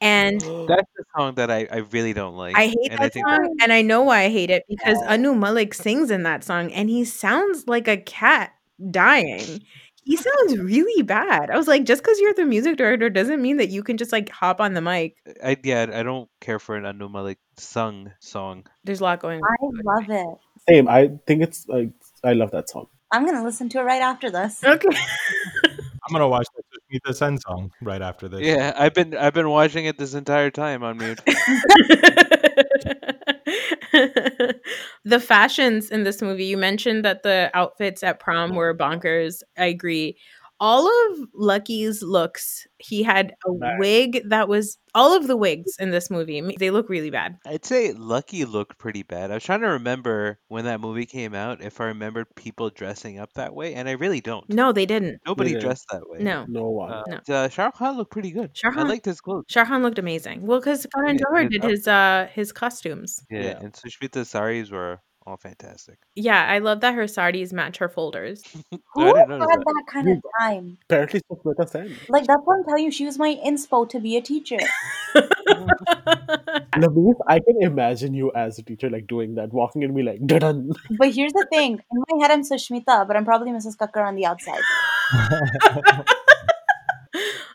Speaker 1: And
Speaker 6: That's the song that I, I really don't like.
Speaker 1: I hate
Speaker 6: and I
Speaker 1: that
Speaker 6: think
Speaker 1: song, and I know why I hate it because
Speaker 5: Oh.
Speaker 1: Anu Malik sings in that song, and he sounds like a cat dying. He sounds really bad. I was like, just because you're the music director doesn't mean that you can just like hop on the mic.
Speaker 6: I yeah, I don't care for an Anu Malik sung song.
Speaker 1: There's a lot going
Speaker 4: I
Speaker 1: on.
Speaker 4: love it.
Speaker 5: Same. I think it's like I love that song.
Speaker 4: I'm gonna listen to it right after this.
Speaker 1: Okay.
Speaker 2: I'm gonna watch the Sushmita Sen song right after this.
Speaker 6: Yeah, I've been I've been watching it this entire time on mute.
Speaker 1: the fashions in this movie, you mentioned that the outfits at prom were bonkers. I agree. All of Lucky's looks, he had a
Speaker 5: Nice.
Speaker 1: wig that was all of the wigs in this movie. m- They look really bad.
Speaker 6: I'd say Lucky looked pretty bad. I was trying to remember when that movie came out if I remembered people dressing up that way, and I really don't.
Speaker 1: No, they didn't.
Speaker 6: Nobody
Speaker 5: didn't.
Speaker 6: dressed that way.
Speaker 1: No.
Speaker 5: No one.
Speaker 6: Uh,
Speaker 1: No.
Speaker 6: but, uh, Shah Rukh Khan looked pretty good.
Speaker 1: Shah
Speaker 6: I
Speaker 1: Rukh-
Speaker 6: liked his clothes.
Speaker 1: Sharhan looked amazing. Well, because Karan
Speaker 6: Yeah,
Speaker 1: Johar
Speaker 6: his
Speaker 1: did his uh his costumes.
Speaker 6: Yeah,
Speaker 5: Yeah.
Speaker 6: and Sushmita's saris were all fantastic.
Speaker 1: Yeah, I love that her saris match her folders.
Speaker 6: No,
Speaker 4: Who
Speaker 6: I
Speaker 4: had
Speaker 6: didn't notice
Speaker 4: that.
Speaker 6: that.
Speaker 4: kind of time?
Speaker 5: Apparently, Sushmita Sen.
Speaker 4: Like that's what I'm telling you. She was my inspo to be a teacher.
Speaker 5: Lamise, I can imagine you as a teacher like doing that, walking and be like, dun.
Speaker 4: But here's the thing: in my head, I'm Sushmita, but I'm probably Mrs. Kakkar on the outside.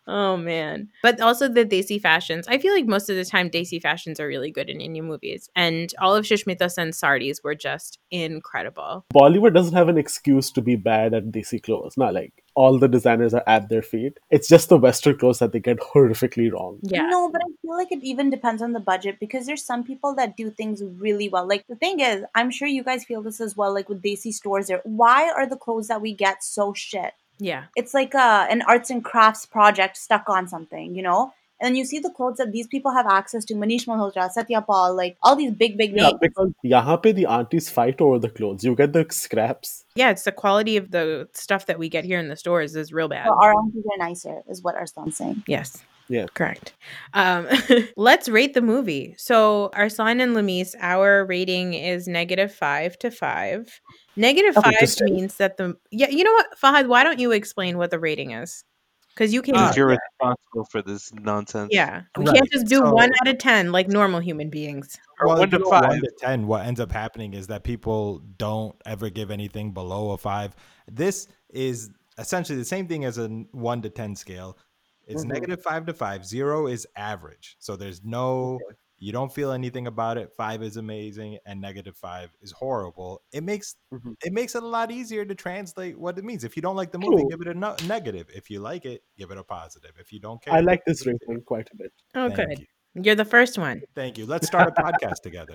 Speaker 1: oh man. But also the Desi fashions. I feel like most of the time Desi fashions are really good in Indian movies. And all of Sushmita Sen's saris were just incredible.
Speaker 5: Bollywood doesn't have an excuse to be bad at desi clothes. Not like all the designers are at their feet. It's just the Western clothes that they get horrifically wrong.
Speaker 1: Yeah.
Speaker 4: No, but I feel like it even depends on the budget because there's some people that do things really well. Like the thing is, I'm sure you guys feel this as well. Like with Desi stores, there, why are the clothes that we get so shit?
Speaker 1: Yeah.
Speaker 4: It's like uh an arts and crafts project stuck on something, you know. And then you see the clothes that these people have access to: Manish Malhotra, Satya Paul, like all these big, big
Speaker 5: Yeah,
Speaker 4: names.
Speaker 5: because yahan pe the aunties fight over the clothes. You get the scraps.
Speaker 1: Yeah, it's the quality of the stuff that we get here in the stores is real bad.
Speaker 4: So our aunties are nicer, is what Arslan's saying.
Speaker 1: Yes.
Speaker 5: Yeah.
Speaker 1: Correct. Um, let's rate the movie. So, Arslan and Lamise, our rating is negative five to five. Negative
Speaker 4: Okay,
Speaker 1: five
Speaker 5: just-
Speaker 1: means that the. Yeah, you know what, Fahad, why don't you explain what the rating is? Because you can.
Speaker 5: Uh,
Speaker 6: Since
Speaker 1: not
Speaker 6: you're responsible for this nonsense.
Speaker 1: yeah. We
Speaker 2: Right,
Speaker 1: can't just do
Speaker 2: so-
Speaker 1: one out of 10 like normal human beings.
Speaker 6: Or
Speaker 2: Well,
Speaker 6: one
Speaker 2: if
Speaker 6: to
Speaker 2: you go
Speaker 6: five.
Speaker 2: one to ten, what ends up happening is that people don't ever give anything below a five. This is essentially the same thing as a n- one to ten scale. It's
Speaker 6: Mm-hmm.
Speaker 5: Mhm.
Speaker 2: negative five to five. Zero is average, so there's no. You don't feel anything about it. Five is amazing, and negative five is horrible. It makes
Speaker 6: Mm-hmm.
Speaker 5: Mhm.
Speaker 2: it makes it a lot easier to translate what it means. If you don't like the movie,
Speaker 5: True.
Speaker 2: give it a no- negative. If you like it, give it a positive. If you don't care,
Speaker 5: I like this
Speaker 2: give it a
Speaker 5: rating quite a bit.
Speaker 1: Oh,
Speaker 2: Thank
Speaker 1: good.
Speaker 2: you.
Speaker 1: You're the first one.
Speaker 2: Thank you. Let's start a podcast together.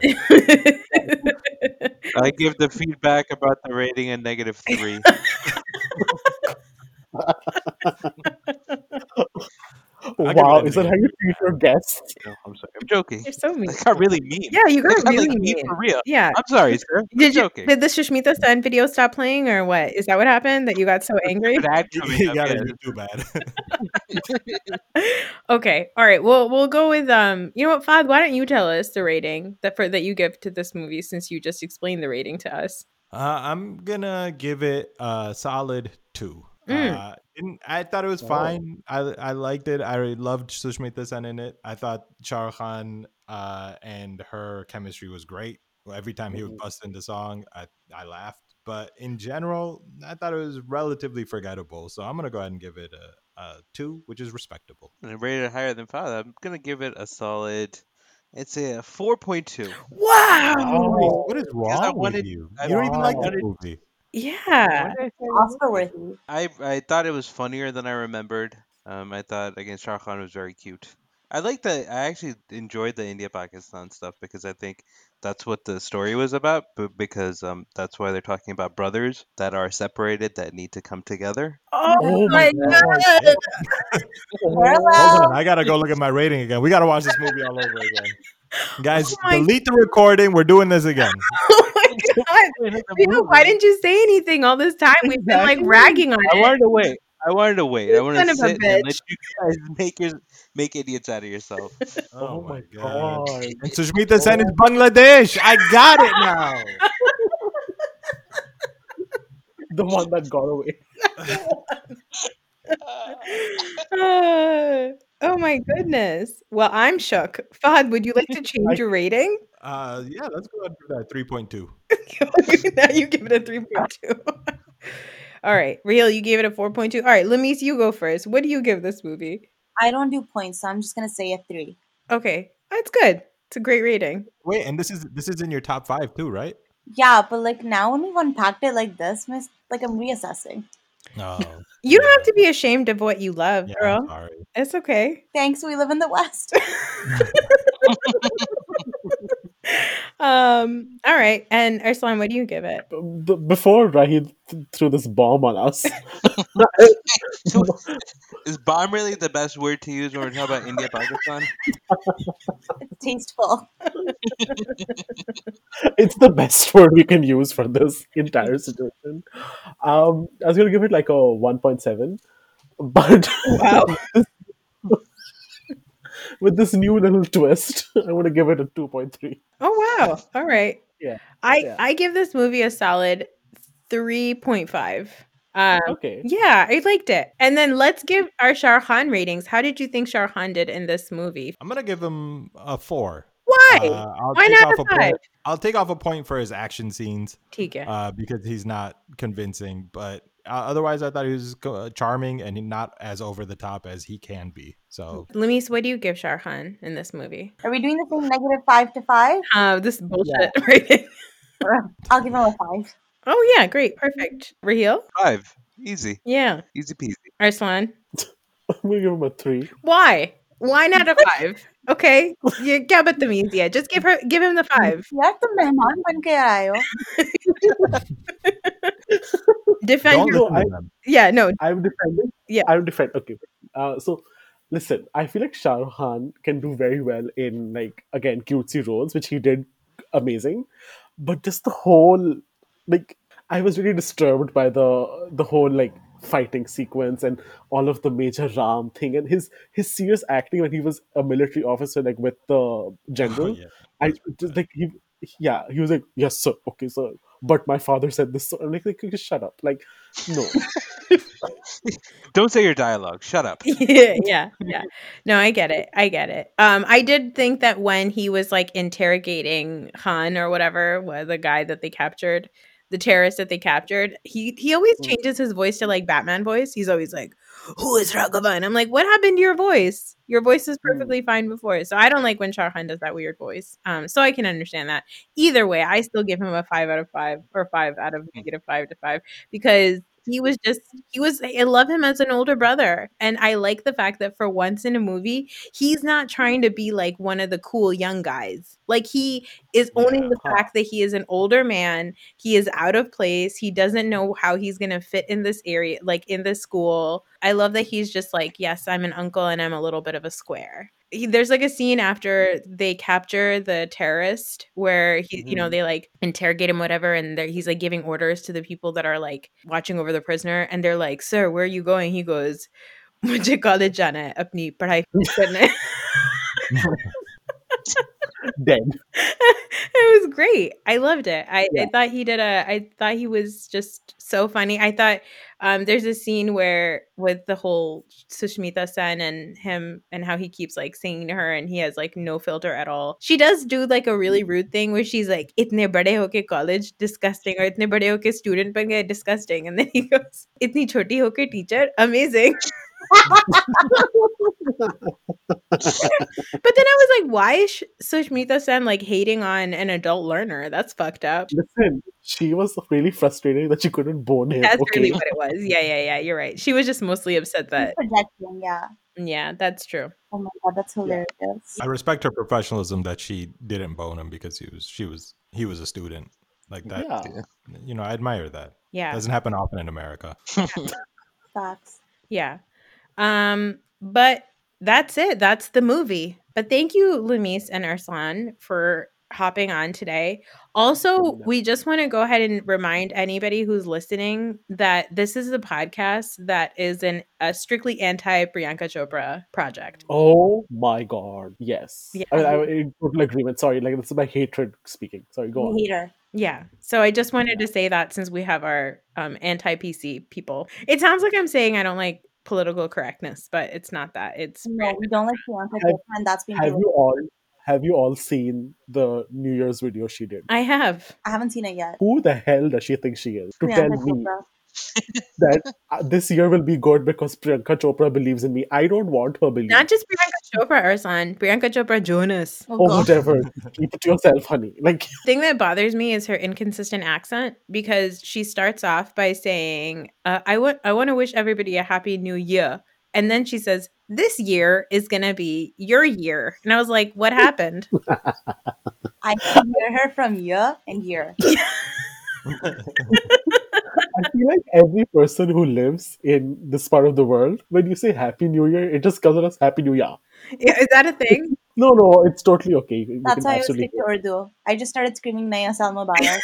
Speaker 6: I give the feedback about the rating a negative three.
Speaker 2: I'll give it
Speaker 5: wow,
Speaker 2: a
Speaker 5: is that how
Speaker 2: negative.
Speaker 5: you treat your guests?
Speaker 6: no, I'm sorry. I'm joking.
Speaker 1: You're so mean.
Speaker 6: That got really mean.
Speaker 1: Yeah, you
Speaker 6: That
Speaker 1: got
Speaker 6: got
Speaker 1: really
Speaker 6: like mean
Speaker 1: mean.
Speaker 6: for real.
Speaker 1: Yeah.
Speaker 6: I'm sorry, sir. I'm
Speaker 1: Did you,
Speaker 6: joking.
Speaker 1: did the Shashmita Sen video stop playing or what? Is that what happened? That you got so angry?
Speaker 6: Good ad coming
Speaker 2: you
Speaker 6: up,
Speaker 2: got a
Speaker 6: yeah.
Speaker 2: YouTube ad.
Speaker 1: okay. All right. Well, we'll go with um. You know what, Fad? Why don't you tell us the rating that for that you give to this movie since you just explained the rating to us?
Speaker 2: uh, I'm gonna give it a solid two.
Speaker 1: Mm.
Speaker 2: Uh, didn't, I thought it was
Speaker 5: Oh.
Speaker 2: fine. I I liked it. I really loved Sushmita Sen in it. I thought Shah Rukh Khan uh, and her chemistry was great. Every time he would
Speaker 5: Mhm.
Speaker 2: bust into song, I I laughed. But in general, I thought it was relatively forgettable. So I'm gonna go ahead and give it a, a two, which is respectable.
Speaker 6: And I rated it higher than five. I'm gonna give it a solid. It's a four point two.
Speaker 1: Wow.
Speaker 2: Maurice,
Speaker 5: Oh.
Speaker 2: what is
Speaker 6: Because I
Speaker 2: wrong
Speaker 6: wanted-
Speaker 2: with you?
Speaker 6: I
Speaker 2: You don't even like
Speaker 5: Wow.
Speaker 2: that movie.
Speaker 1: Yeah.
Speaker 4: Oscar worthy.
Speaker 6: I I thought it was funnier than I remembered. Um, I thought against Shah Rukh Khan was very cute. I like the. I actually enjoyed the India Pakistan stuff because I think that's what the story was about. But because um, that's why they're talking about brothers that are separated that need to come together.
Speaker 1: Oh,
Speaker 5: Oh
Speaker 1: my
Speaker 5: my
Speaker 1: god.
Speaker 2: God. Hold
Speaker 4: Parallel.
Speaker 2: on, I gotta go look at my rating again. We gotta watch this movie all over again. Guys,
Speaker 1: Oh my-
Speaker 2: delete the recording. We're doing this again.
Speaker 1: Oh my god. Peter, why didn't you say anything all this time? We've been like
Speaker 5: Exactly.
Speaker 1: ragging on
Speaker 6: I
Speaker 1: it.
Speaker 6: wanted to wait. I wanted to wait. I
Speaker 1: You
Speaker 6: wanted to
Speaker 1: son of a
Speaker 6: sit and let
Speaker 1: bitch.
Speaker 6: you guys make your make idiots out of yourself.
Speaker 2: Oh,
Speaker 5: Oh
Speaker 2: my
Speaker 5: my
Speaker 2: god.
Speaker 5: god.
Speaker 2: And Sushmita Sen is Bangladesh. I got it now.
Speaker 5: The one that got away.
Speaker 1: Uh, oh my goodness. Well, I'm shook. Fahad, would you like to change your rating?
Speaker 2: Uh, yeah, let's go ahead and do that. 3.2.
Speaker 1: now you give it a 3.2. All right. Real, you gave it a 4.2. All right. Lamise, you go first. What do you give this movie?
Speaker 4: I don't do points, so I'm just gonna say a three.
Speaker 1: Okay. That's good. It's a great rating.
Speaker 2: Wait, and this is this is in your top five too, right?
Speaker 4: Yeah, but like now when we've unpacked it like this, Miss Like I'm reassessing.
Speaker 2: Oh,
Speaker 1: You don't have to be ashamed of what you love,
Speaker 2: Yeah,
Speaker 1: girl.
Speaker 2: I'm sorry.
Speaker 1: It's okay.
Speaker 4: Thanks, we live in the West.
Speaker 1: Um, all right. And Urslan, what do you give it?
Speaker 5: B- before Rahid th- threw this bomb on us,
Speaker 6: So, is bomb really the best word to use when we're talking about India Pakistan?
Speaker 4: it's tasteful.
Speaker 5: it's the best word we can use for this entire situation. Um, I was gonna give it like a 1.7, but with this new little twist, I'm gonna give it a 2.3.
Speaker 1: Oh wow. All right.
Speaker 5: Yeah,
Speaker 1: I
Speaker 5: yeah.
Speaker 1: I give this movie a solid 3.5. Um
Speaker 5: Okay,
Speaker 1: yeah, I liked it. And then let's give our Shah Khan ratings. How did you think Shah Khan did in this movie?
Speaker 2: I'm gonna give him a four.
Speaker 1: Why?
Speaker 2: Uh, I'll
Speaker 1: Why
Speaker 2: take
Speaker 1: not
Speaker 2: off
Speaker 1: a
Speaker 2: a point.
Speaker 1: five?
Speaker 2: I'll take off a point for his action scenes
Speaker 1: Tika.
Speaker 2: uh, because he's not convincing. But uh, otherwise, I thought he was uh, charming and not as over the top as he can be. So
Speaker 1: Luis, what do you give Shah Khan in this movie?
Speaker 4: Are we doing the same negative five to five?
Speaker 1: Uh, this bullshit rating.
Speaker 4: I'll give him a five.
Speaker 1: Oh yeah, great, perfect. Raheel?
Speaker 6: Five. Easy.
Speaker 1: Yeah.
Speaker 6: Easy peasy.
Speaker 1: Arslan.
Speaker 5: I'm gonna give him a three.
Speaker 1: Why? Why not a five? Okay. You yeah, but the means yeah. Just give her give him the five.
Speaker 4: यार तुम मेहमान बन के आए हो
Speaker 1: Defend
Speaker 2: don't
Speaker 1: your-
Speaker 2: listen
Speaker 5: I-
Speaker 2: to them.
Speaker 1: Yeah, no.
Speaker 5: I'm defending.
Speaker 1: Yeah.
Speaker 5: I'm defend. Okay. Uh, so listen, I feel like Shah Rukh Khan can do very well in like again cutesy roles, which he did amazing. But just the whole like I was really disturbed by the the whole like fighting sequence and all of the major Ram thing and his his serious acting when he was a military officer like with the general.
Speaker 2: Oh, yeah,
Speaker 5: I
Speaker 2: that's pretty
Speaker 5: just
Speaker 2: bad.
Speaker 5: like he yeah, he was like, Yes sir, okay sir. But my father said this so I'm like, like shut up. Like no.
Speaker 6: Don't say your dialogue. Shut up.
Speaker 1: yeah, yeah, yeah. No, I get it. I get it. Um, I did think that when he was like interrogating Han or whatever, wa- the guy that they captured, the terrorist that they captured, he he always
Speaker 5: Mm.
Speaker 1: changes his voice to like Batman voice. He's always like, "Who is Ragavan?" I'm like, "What happened to your voice? Your voice was perfectly fine before." So I don't like when Shah Khan does that weird voice. Um, so I can understand that. Either way, I still give him a five out of five or five out of negative five to five because he was just he was I love him as an older brother. And I like the fact that for once in a movie, he's not trying to be like one of the cool young guys. Like he is owning
Speaker 2: Yeah.
Speaker 1: the fact that he is an older man, he is out of place, he doesn't know how he's gonna fit in this area, like in this school. I love that he's just like, Yes, I'm an uncle and I'm a little bit of a square. He, there's like a scene after they capture the terrorist where he, you know,
Speaker 5: Mhm.
Speaker 1: they like interrogate him, whatever, and they're, he's like giving orders to the people that are like watching over the prisoner, and they're like, "Sir, where are you going?" He goes, "मुझे college जाना है, अपनी पढ़ाई करना है."
Speaker 5: Dead.
Speaker 1: it was great. I loved it. I, I
Speaker 5: Yeah.
Speaker 1: thought he did a. I thought he was just so funny. I thought um, there's a scene where with the whole Sushmita Sen and him and how he keeps like singing to her and he has like no filter at all. She does do like a really rude thing where she's like, "Itne bade ho ke college disgusting," or "Itne bade ho ke student ban gaye disgusting," and then he goes, "Itni choti ho ke teacher amazing." But then I was like, why is Sh- Sushmita Sen like hating on an adult learner? That's fucked up.
Speaker 5: Listen, she was really frustrated that she couldn't bone him.
Speaker 1: That's
Speaker 5: okay,
Speaker 1: really what it was. Yeah, yeah, yeah. You're right. She was just mostly upset that.
Speaker 4: projecting yeah
Speaker 1: Yeah, that's true.
Speaker 4: oh my god that's
Speaker 5: Yeah.
Speaker 4: hilarious
Speaker 2: I respect her professionalism that she didn't bone him because he was she was he was a student like that.
Speaker 5: yeah,
Speaker 2: You know, I admire that.
Speaker 1: Yeah,
Speaker 2: Doesn't happen often in America.
Speaker 4: facts
Speaker 1: yeah. Um, but that's it. That's the movie. But thank you, Lumis and Arslan, for hopping on today. Also,
Speaker 5: No.
Speaker 1: we just want to go ahead and remind anybody who's listening that this is a podcast that is an a strictly anti Priyanka Chopra project.
Speaker 5: Oh my god, yes.
Speaker 1: Yeah.
Speaker 5: I mean, I'm in total agreement. Sorry, like this is my hatred speaking. Sorry, go on.
Speaker 4: hater
Speaker 1: Yeah. So I just wanted
Speaker 5: Yeah.
Speaker 1: to say that since we have our um, anti PC people, it sounds like I'm saying I don't like political correctness, but it's not that. It's
Speaker 4: no we don't like Priyanka
Speaker 5: Have-
Speaker 4: Chopra and that's been
Speaker 5: Have
Speaker 4: proven.
Speaker 5: you all have you all seen the New Year's video she did?
Speaker 1: I have.
Speaker 4: I haven't seen it yet
Speaker 5: Who the hell does she think she is to tell
Speaker 4: Priyanka
Speaker 5: me
Speaker 4: Chopra
Speaker 5: that uh, this year will be good because Priyanka Chopra believes in me. I don't want her belief.
Speaker 1: Not just Priyanka Chopra, Arsan. Priyanka Chopra Jonas.
Speaker 4: Oh,
Speaker 5: or
Speaker 4: God.
Speaker 5: whatever. Keep it to yourself, honey. Like
Speaker 1: thing that bothers me is her inconsistent accent because she starts off by saying, uh, "I want I want to wish everybody a happy new year," and then she says, "This year is gonna be your year," and I was like, "What happened?"
Speaker 4: I can hear her from year and year.
Speaker 5: I feel like every person who lives in this part of the world, when you say Happy New Year, it just comes out as Happy New Year.
Speaker 1: Yeah, is that a thing?
Speaker 5: No, no, it's totally okay. You
Speaker 4: That's
Speaker 5: can
Speaker 4: why I was
Speaker 5: absolutely.
Speaker 4: stick to Urdu. I just started screaming Naya Salma Bala.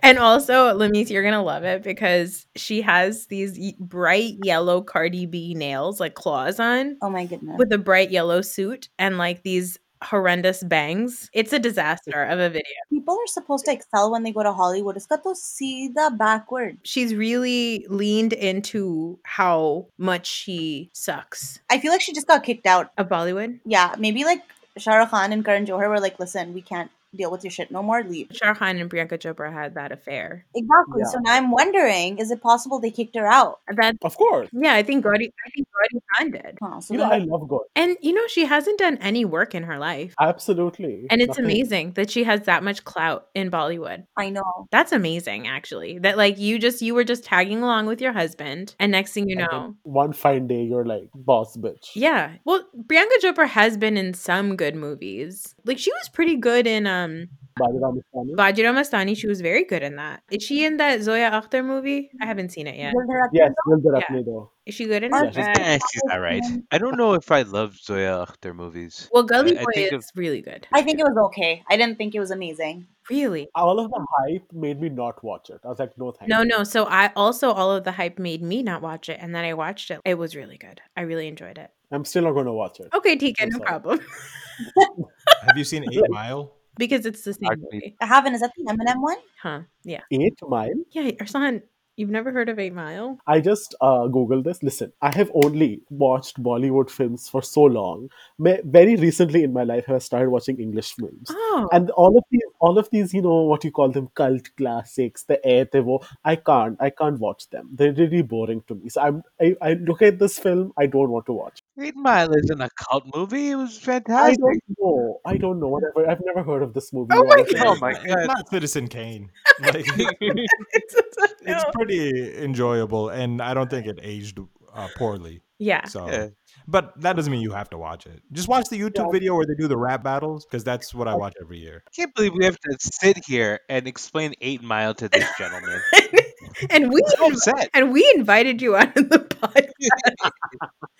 Speaker 1: and also, Lamise, you're gonna love it because she has these ye- bright yellow Cardi B nails, like claws on,
Speaker 4: Oh my goodness.
Speaker 1: with a bright yellow suit and like these horrendous bangs. It's a disaster of a video.
Speaker 4: People are supposed to excel when they go to Hollywood. It's got to see the backward.
Speaker 1: She's really leaned into how much she sucks
Speaker 4: I feel like she just got kicked out.
Speaker 1: of Bollywood.
Speaker 4: Yeah, maybe like Shah Rukh Khan and Karan Johar were like, listen, we can't deal with your shit no more. Leave.
Speaker 1: Shah Khan and Priyanka Chopra had that affair.
Speaker 4: Exactly.
Speaker 5: Yeah.
Speaker 4: So now I'm wondering, is it possible they kicked her out?
Speaker 1: That
Speaker 5: Of course.
Speaker 1: yeah, I think Gauri, I think Gauri Khan did.
Speaker 4: Huh, so
Speaker 5: You know,
Speaker 4: then-
Speaker 5: I love God.
Speaker 1: And you know, she hasn't done any work in her life.
Speaker 5: Absolutely.
Speaker 1: And it's
Speaker 5: Nothing.
Speaker 1: amazing that she has that much clout in Bollywood.
Speaker 4: I know.
Speaker 1: That's amazing, actually. That like you just you were just tagging along with your husband, and next thing you
Speaker 5: And then
Speaker 1: know,
Speaker 5: one fine day, you're like, boss bitch.
Speaker 1: yeah. Well, Priyanka Chopra has been in some good movies. Like she was pretty good in um
Speaker 5: Balaram Swami.
Speaker 1: Bajira Mastani. She was very good in that. Is she in that Zoya Akhtar movie? I haven't seen it yet.
Speaker 5: Yes, Dil Dhar
Speaker 1: Yeah.
Speaker 5: Apne Do.
Speaker 1: Is she good in
Speaker 4: Yeah,
Speaker 1: it?
Speaker 5: Yeah, she's good.
Speaker 6: Eh, she's all right. I don't know if I love Zoya Akhtar movies.
Speaker 1: Well, Gully
Speaker 6: I- I
Speaker 1: Boy
Speaker 6: think of-
Speaker 1: is really good.
Speaker 4: I think it was okay. I didn't think it was amazing.
Speaker 1: Really?
Speaker 5: All of the hype made me not watch it. I was like, no thanks.
Speaker 1: No, no. So I also all of the hype made me not watch it, and then I watched it. It was really good. I really enjoyed it.
Speaker 5: I'm still not going to watch it.
Speaker 1: Okay, Tika,
Speaker 5: I'm
Speaker 1: no
Speaker 5: sorry.
Speaker 1: problem.
Speaker 2: Have you seen Eight Mile?
Speaker 1: because it's the same
Speaker 6: Dark Meat.
Speaker 1: movie,
Speaker 4: I haven't. Is that the Eminem one?
Speaker 1: huh? Yeah,
Speaker 5: Eight Mile?
Speaker 1: yeah. Arsan, you've never heard of Eight Mile?
Speaker 5: I just uh, googled this. Listen, I have only watched Bollywood films for so long. Ma- very recently in my life, have I started watching English films,
Speaker 1: Oh,
Speaker 5: and all of these, all of these, you know, what you call them, cult classics, the air they were. I can't, I can't watch them. They're really boring to me. So I'm, I, I look at this film, I don't want to watch.
Speaker 6: Eight Mile isn't a cult movie. It was
Speaker 5: I
Speaker 6: fantastic.
Speaker 5: don't know. I don't know. Whatever. I've never heard of this movie.
Speaker 1: Oh my
Speaker 5: honestly.
Speaker 6: Oh
Speaker 2: It's
Speaker 6: my
Speaker 2: not, it's
Speaker 6: god.
Speaker 2: not Citizen Kane. Like
Speaker 1: it's, it's,
Speaker 2: it's pretty enjoyable, and I don't think it aged uh, poorly.
Speaker 1: yeah.
Speaker 2: So,
Speaker 6: Yeah.
Speaker 2: but that doesn't mean you have to watch it. Just watch the YouTube
Speaker 5: Yeah.
Speaker 2: video where they do the rap battles because that's what I watch every year.
Speaker 6: I can't believe we have to sit here and explain Eight Mile to this gentleman.
Speaker 1: and we
Speaker 6: So upset.
Speaker 1: and we invited you on the podcast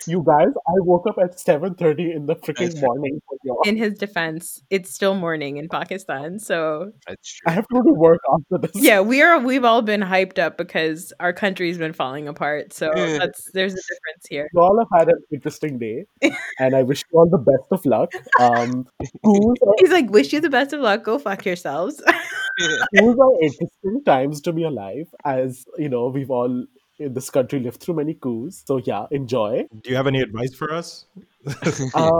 Speaker 5: You guys, I woke up at seven thirty in the freaking
Speaker 6: That's true.
Speaker 5: morning. For y'all.
Speaker 1: in his defense it's still morning in pakistan so
Speaker 6: That's true.
Speaker 5: I have to go to work after this.
Speaker 1: yeah we are we've all been hyped up because our country's been falling apart so
Speaker 6: Yeah.
Speaker 1: that's there's a difference here
Speaker 5: you all have had an interesting day, and I wish you all the best of luck. Um, schools, are,
Speaker 1: he's like wish you the best of luck go fuck yourselves
Speaker 5: schools are interesting times to be alive, as you know, we've all in this country lived through many coups. So yeah, enjoy.
Speaker 2: Do you have any advice for us?
Speaker 5: Uh,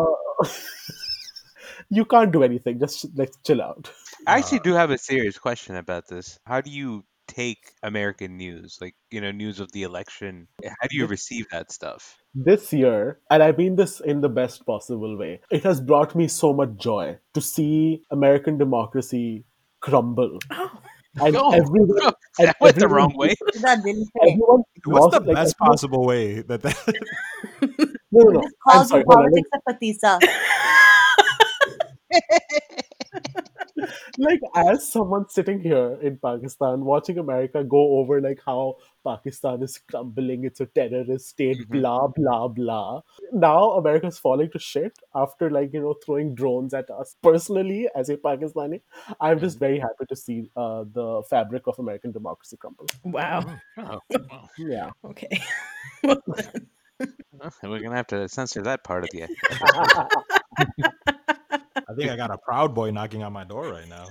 Speaker 5: you can't do anything; just like chill out.
Speaker 6: I actually do have a serious question about this. How do you take American news, like you know, news of the election? Eh, How do you receive that stuff?
Speaker 5: This year, and I mean this in the best possible way, it has brought me so much joy to see American democracy crumble,
Speaker 1: oh,
Speaker 5: and
Speaker 6: No,
Speaker 5: everyone,
Speaker 6: no,
Speaker 5: and
Speaker 6: that went the
Speaker 5: everyone-
Speaker 6: wrong way.
Speaker 4: That didn't say.
Speaker 5: Everyone
Speaker 2: What's the
Speaker 5: lost- like,
Speaker 2: best
Speaker 5: everyone-
Speaker 2: possible way that that?
Speaker 5: No, no, no.
Speaker 4: This
Speaker 5: I'm
Speaker 4: calls
Speaker 5: sorry.
Speaker 4: you
Speaker 5: Hold on. Let
Speaker 4: politics of Patisa.
Speaker 5: like as someone sitting here in Pakistan watching America go over like how Pakistan is crumbling, it's a terrorist state,
Speaker 6: Mhm.
Speaker 5: blah blah blah. Now America's falling to shit after like you know throwing drones at us. Personally, as a Pakistani, I'm just
Speaker 6: Mm-hmm.
Speaker 5: very happy to see uh, the fabric of American democracy crumble.
Speaker 1: wow
Speaker 6: Oh, wow, wow.
Speaker 5: Yeah,
Speaker 1: okay
Speaker 6: Well, We're gonna have to censor that part of the episode.
Speaker 5: I
Speaker 2: I think I got a proud boy knocking on my door right now.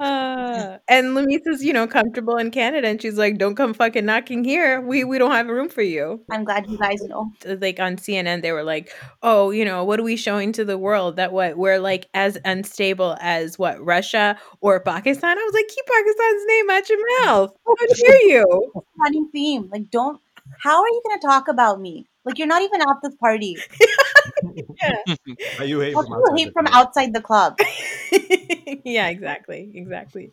Speaker 1: uh, And Lamisa's, you know, comfortable in Canada, and she's like, "Don't come fucking knocking here. We we don't have room for you." Uh,
Speaker 4: I'm glad you guys know.
Speaker 1: Like on CNN, they were like, "Oh, you know, what are we showing to the world that what we're like as unstable as what Russia or Pakistan?" I was like, "Keep Pakistan's name out your mouth. I want to hear you."
Speaker 4: Running theme. Like, don't. How are you going to talk about me? Like, you're not even at this party.
Speaker 2: Are you hate
Speaker 4: How
Speaker 2: from
Speaker 4: can you
Speaker 2: outside
Speaker 4: hate
Speaker 2: the
Speaker 4: from
Speaker 2: club?
Speaker 4: outside the club?
Speaker 1: yeah, exactly, exactly.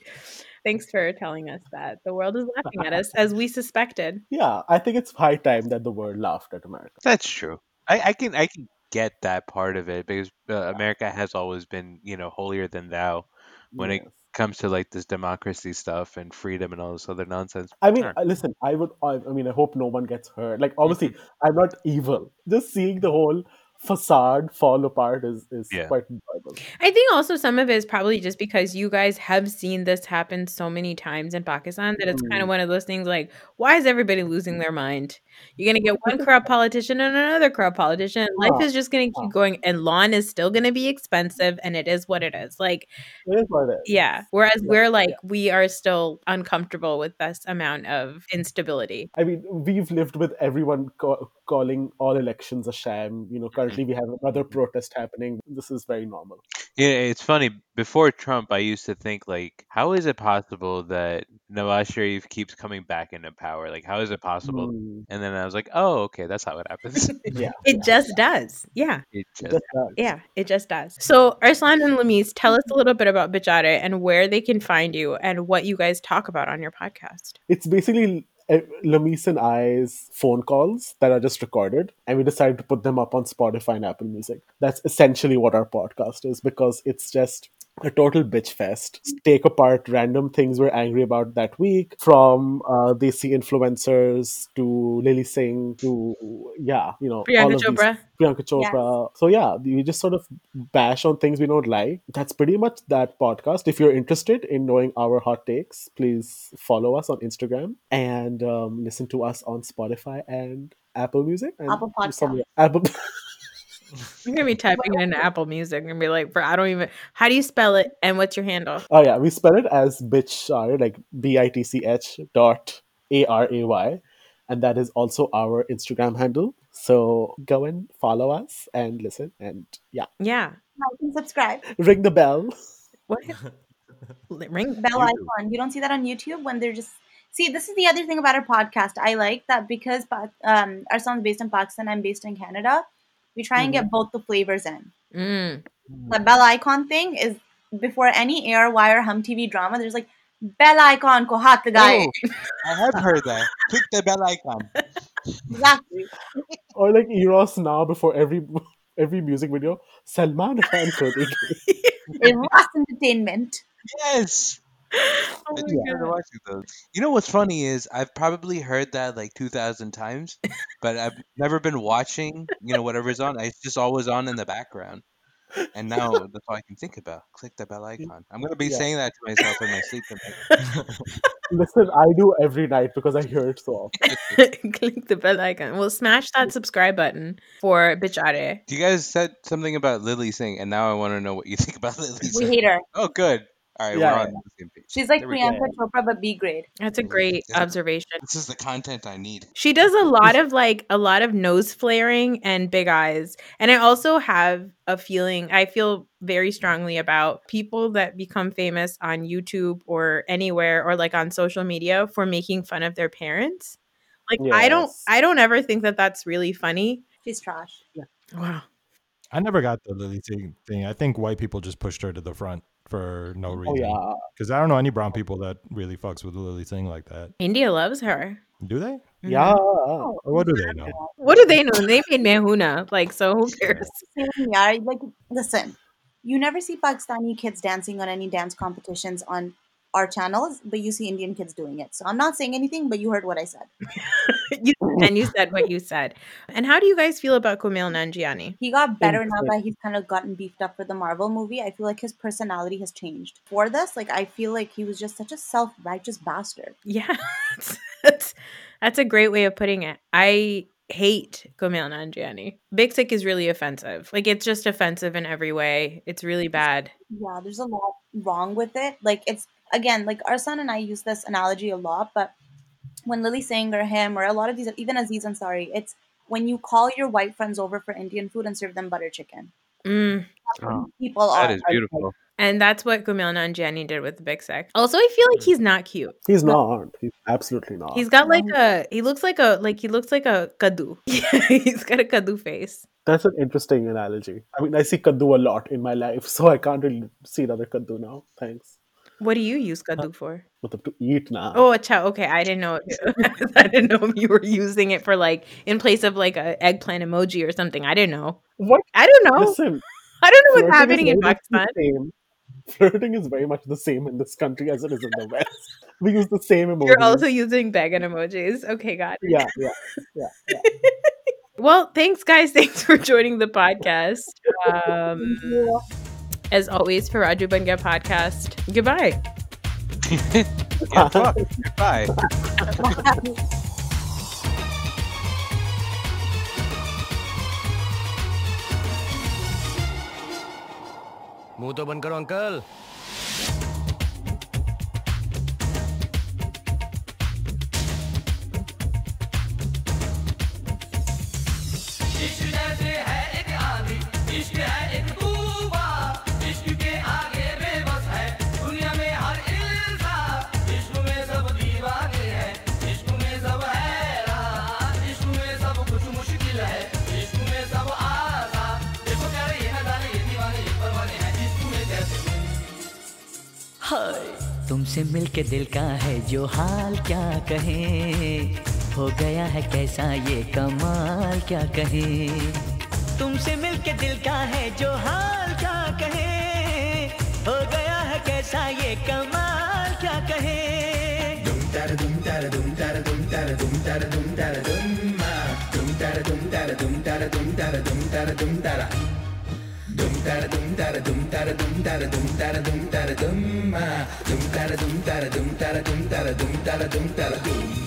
Speaker 1: Thanks for telling us that. The world is laughing at us as we suspected.
Speaker 5: Yeah, I think it's high time that the world laughed at America.
Speaker 6: That's true. I, I can I can get that part of it because uh, America has always been you know holier than thou When it-
Speaker 5: Yes.
Speaker 6: comes to like this democracy stuff and freedom and all this other nonsense.
Speaker 5: I mean,
Speaker 6: Sure.
Speaker 5: uh, listen, I would, I, I mean, I hope no one gets hurt.
Speaker 6: Mm-hmm.
Speaker 5: Like, obviously, I'm not evil. Just seeing the whole facade fall apart is, is
Speaker 6: Yeah.
Speaker 5: quite enjoyable.
Speaker 1: I think also some of it is probably just because you guys have seen this happen so many times in Pakistan that it's kind of
Speaker 5: Mm.
Speaker 1: one of those things like, why is everybody losing their mind? You're going to get one corrupt politician and another corrupt politician. and Life
Speaker 5: Ah,
Speaker 1: is just going to
Speaker 5: ah,
Speaker 1: keep going, and lawn is still going to be expensive, and it is what it is. Like,
Speaker 5: it is what it
Speaker 1: yeah.
Speaker 5: is.
Speaker 1: Whereas
Speaker 5: Yeah,
Speaker 1: we're like,
Speaker 5: yeah.
Speaker 1: we are still uncomfortable with this amount of instability.
Speaker 5: I mean, we've lived with everyone ca- calling all elections a sham. You know,
Speaker 6: Mm-hmm.
Speaker 5: currently we have another protest happening. This is very normal.
Speaker 6: Yeah, it's funny. Before Trump, I used to think like, how is it possible that Nawaz Sharif keeps coming back into power? Like, how is it possible?
Speaker 5: Mm.
Speaker 6: And then I was like, oh, okay, that's how it happens.
Speaker 5: Yeah,
Speaker 1: It
Speaker 5: yeah.
Speaker 1: just does. Yeah.
Speaker 6: it
Speaker 5: It
Speaker 6: just
Speaker 5: just uh, does.
Speaker 1: Yeah, it just does. So, Arslan and Lamise, tell
Speaker 5: Mm-hmm.
Speaker 1: us a little bit about Bajada and where they can find you and what you guys talk about on your podcast.
Speaker 5: it's basically uh, Lamis and I's phone calls that are just recorded, and we decided to put them up on Spotify and Apple Music. That's essentially what our podcast is because it's just a total bitch fest. Take apart random things we're angry about that week, from uh, Desi influencers to Lily Singh to yeah, you know, all
Speaker 1: Priyanka
Speaker 5: of these
Speaker 1: Chopra.
Speaker 5: Priyanka
Speaker 4: Yes.
Speaker 5: Chopra. So yeah, we just sort of bash on things we don't like. That's pretty much that podcast. If you're interested in knowing our hot takes, please follow us on Instagram and um, listen to us on Spotify and Apple Music and
Speaker 4: Apple Podcast.
Speaker 5: somewhere Apple.
Speaker 1: You're gonna be typing it into Apple Music and be like, "Bro, I don't even. How do you spell it? And what's your handle?"
Speaker 5: oh yeah, we spell it as bitch like B I T C H dot A R A Y, and that is also our Instagram handle. So go and follow us and listen and yeah,
Speaker 1: Yeah.
Speaker 4: I can subscribe.
Speaker 5: ring the bell.
Speaker 1: What Li- ring?
Speaker 4: bell
Speaker 2: You do.
Speaker 4: icon. You don't see that on YouTube when they're just. See, this is the other thing about our podcast. I like that because Pa- um, our son's based in Pakistan, I'm based in Canada. We try and
Speaker 5: Mhm.
Speaker 6: Mm-hmm.
Speaker 4: get both the flavors in.
Speaker 1: Mm.
Speaker 4: The bell icon thing is before any ARY or Hum TV drama, there's like bell icon ko haath lagaye.
Speaker 6: Oh, I have heard that. Click the bell icon.
Speaker 4: Exactly.
Speaker 5: or like Eros now before every every music video. Salman Khan could it.
Speaker 4: It was entertainment.
Speaker 6: Yes.
Speaker 1: oh
Speaker 6: I
Speaker 1: my
Speaker 6: just
Speaker 5: Yeah.
Speaker 6: started
Speaker 1: god.
Speaker 6: watching those. You know what's funny is I've probably heard that like two thousand times, but I've never been watching. You know whatever's on. It's just always on in the background, and now that's all I can think about. Click the bell icon. I'm gonna be
Speaker 5: Yeah.
Speaker 6: saying that to myself in my sleep tonight.
Speaker 5: Listen, I do every night because I hear it so often.
Speaker 1: Click the bell icon. Well, smash that subscribe button for Bichare.
Speaker 6: You guys said something about Lily Singh, and now I want to know what you think about Lily
Speaker 4: We
Speaker 6: Singh.
Speaker 4: hate her.
Speaker 6: Oh, good. All right, we're
Speaker 5: Yeah,
Speaker 6: on the same page.
Speaker 4: She's like
Speaker 6: There we go.
Speaker 5: yeah,
Speaker 4: Priyanka Chopra, but B grade.
Speaker 1: That's a
Speaker 6: Mhm.
Speaker 1: great
Speaker 6: This is
Speaker 1: observation.
Speaker 6: this is the content I need.
Speaker 1: She does a lot of like a lot of nose flaring and big eyes. And I also have a feeling I feel very strongly about people that become famous on YouTube or anywhere or like on social media for making fun of their parents. Like
Speaker 5: yeah.
Speaker 1: I don't
Speaker 5: Yes.
Speaker 1: I don't ever think that that's really funny.
Speaker 4: She's trash.
Speaker 1: Wow.
Speaker 2: I never got the Lily Singh thing. I think white people just pushed her to the front for no
Speaker 5: Oh
Speaker 2: reason.
Speaker 5: yeah.
Speaker 2: Because I don't know any brown people that really fucks with Lily Singh like that.
Speaker 1: India loves her.
Speaker 2: Do they?
Speaker 5: Yeah.
Speaker 1: Mhm.
Speaker 4: Oh,
Speaker 2: Or what do they know?
Speaker 1: What do they know? They made Mehuna. Like so who cares?
Speaker 4: same, yeah. Like, listen, you never see Pakistani kids dancing on any dance competitions on our channels, but you see Indian kids doing it. So I'm not saying anything, but you heard what I said.
Speaker 1: You- and you said what you said. And how do you guys feel about Kumail Nanjiani?
Speaker 4: He got better now
Speaker 5: Insane.
Speaker 4: that he's kind of gotten beefed up for the Marvel movie. I feel like his personality has changed. For this, like, I feel like he was just such a self righteous bastard.
Speaker 1: Yeah, that's, that's that's a great way of putting it. I hate Kumail Nanjiani. Big Sick is really offensive. Like it's just offensive in every way. It's really bad.
Speaker 4: Yeah, there's a lot wrong with it. Like, it's, again, like Arsan and I use this analogy a lot, but when Lily Singh or him or a lot of these, even Aziz Ansari, it's when you call your white friends over for Indian food and serve them butter chicken.
Speaker 1: Mm.
Speaker 6: Oh,
Speaker 4: People
Speaker 6: that
Speaker 4: are.
Speaker 6: is beautiful.
Speaker 1: And that's what Gumilna and Janny did with the big sack. Also, I feel like he's not cute.
Speaker 5: He's not. He's absolutely not.
Speaker 1: He's got like a he looks like a like he looks like a kadu. he's got a kadu face.
Speaker 5: That's an interesting analogy. I mean, I see Kaddu a lot in my life, so I can't really see another Kaddu now. Thanks.
Speaker 1: What do you use kadu for?
Speaker 5: Matlab, to eat now.
Speaker 1: Oh, acha. Okay, I didn't know. I didn't know if you were using it for like in place of like a eggplant emoji or something. I didn't know.
Speaker 5: What?
Speaker 1: I don't know.
Speaker 5: Listen,
Speaker 1: Oh, I don't know
Speaker 5: flirting
Speaker 1: what's
Speaker 5: is
Speaker 1: happening in
Speaker 5: very much the
Speaker 1: Pakistan.
Speaker 5: same. Flirting is very much the same in this country as it is in the West. We use the same emojis.
Speaker 1: You're also using vegan emojis. Okay, God.
Speaker 5: yeah, yeah.
Speaker 1: Well, thanks, guys. Thanks for joining the podcast. Um, as always, for Raju Banga podcast. Goodbye.
Speaker 6: Get fucked. Goodbye.
Speaker 3: मुंह तो बंद करो uncle
Speaker 7: इश्क जैसे है एक आदि इश्क है एक तूफा इश्क के आगे बेबस है दुनिया में हर इंसान इश्क में सब दीवाने हैं इश्क में सब हैरान इश्क में सब कुछ मुश्किल है इश्क में सब आसान देखो प्यारे ये नजारे ये दीवाने ये परवाने हैं इश्क में कैसे
Speaker 8: तुमसे मिलके दिल का है जो हाल क्या कहें हो गया है कैसा ये कमाल क्या कहें तुमसे मिलके दिल का है जो हाल क्या कहें हो गया है कैसा ये कमाल क्या कहें
Speaker 7: dum dum dum dum dum dum dum dum dum dum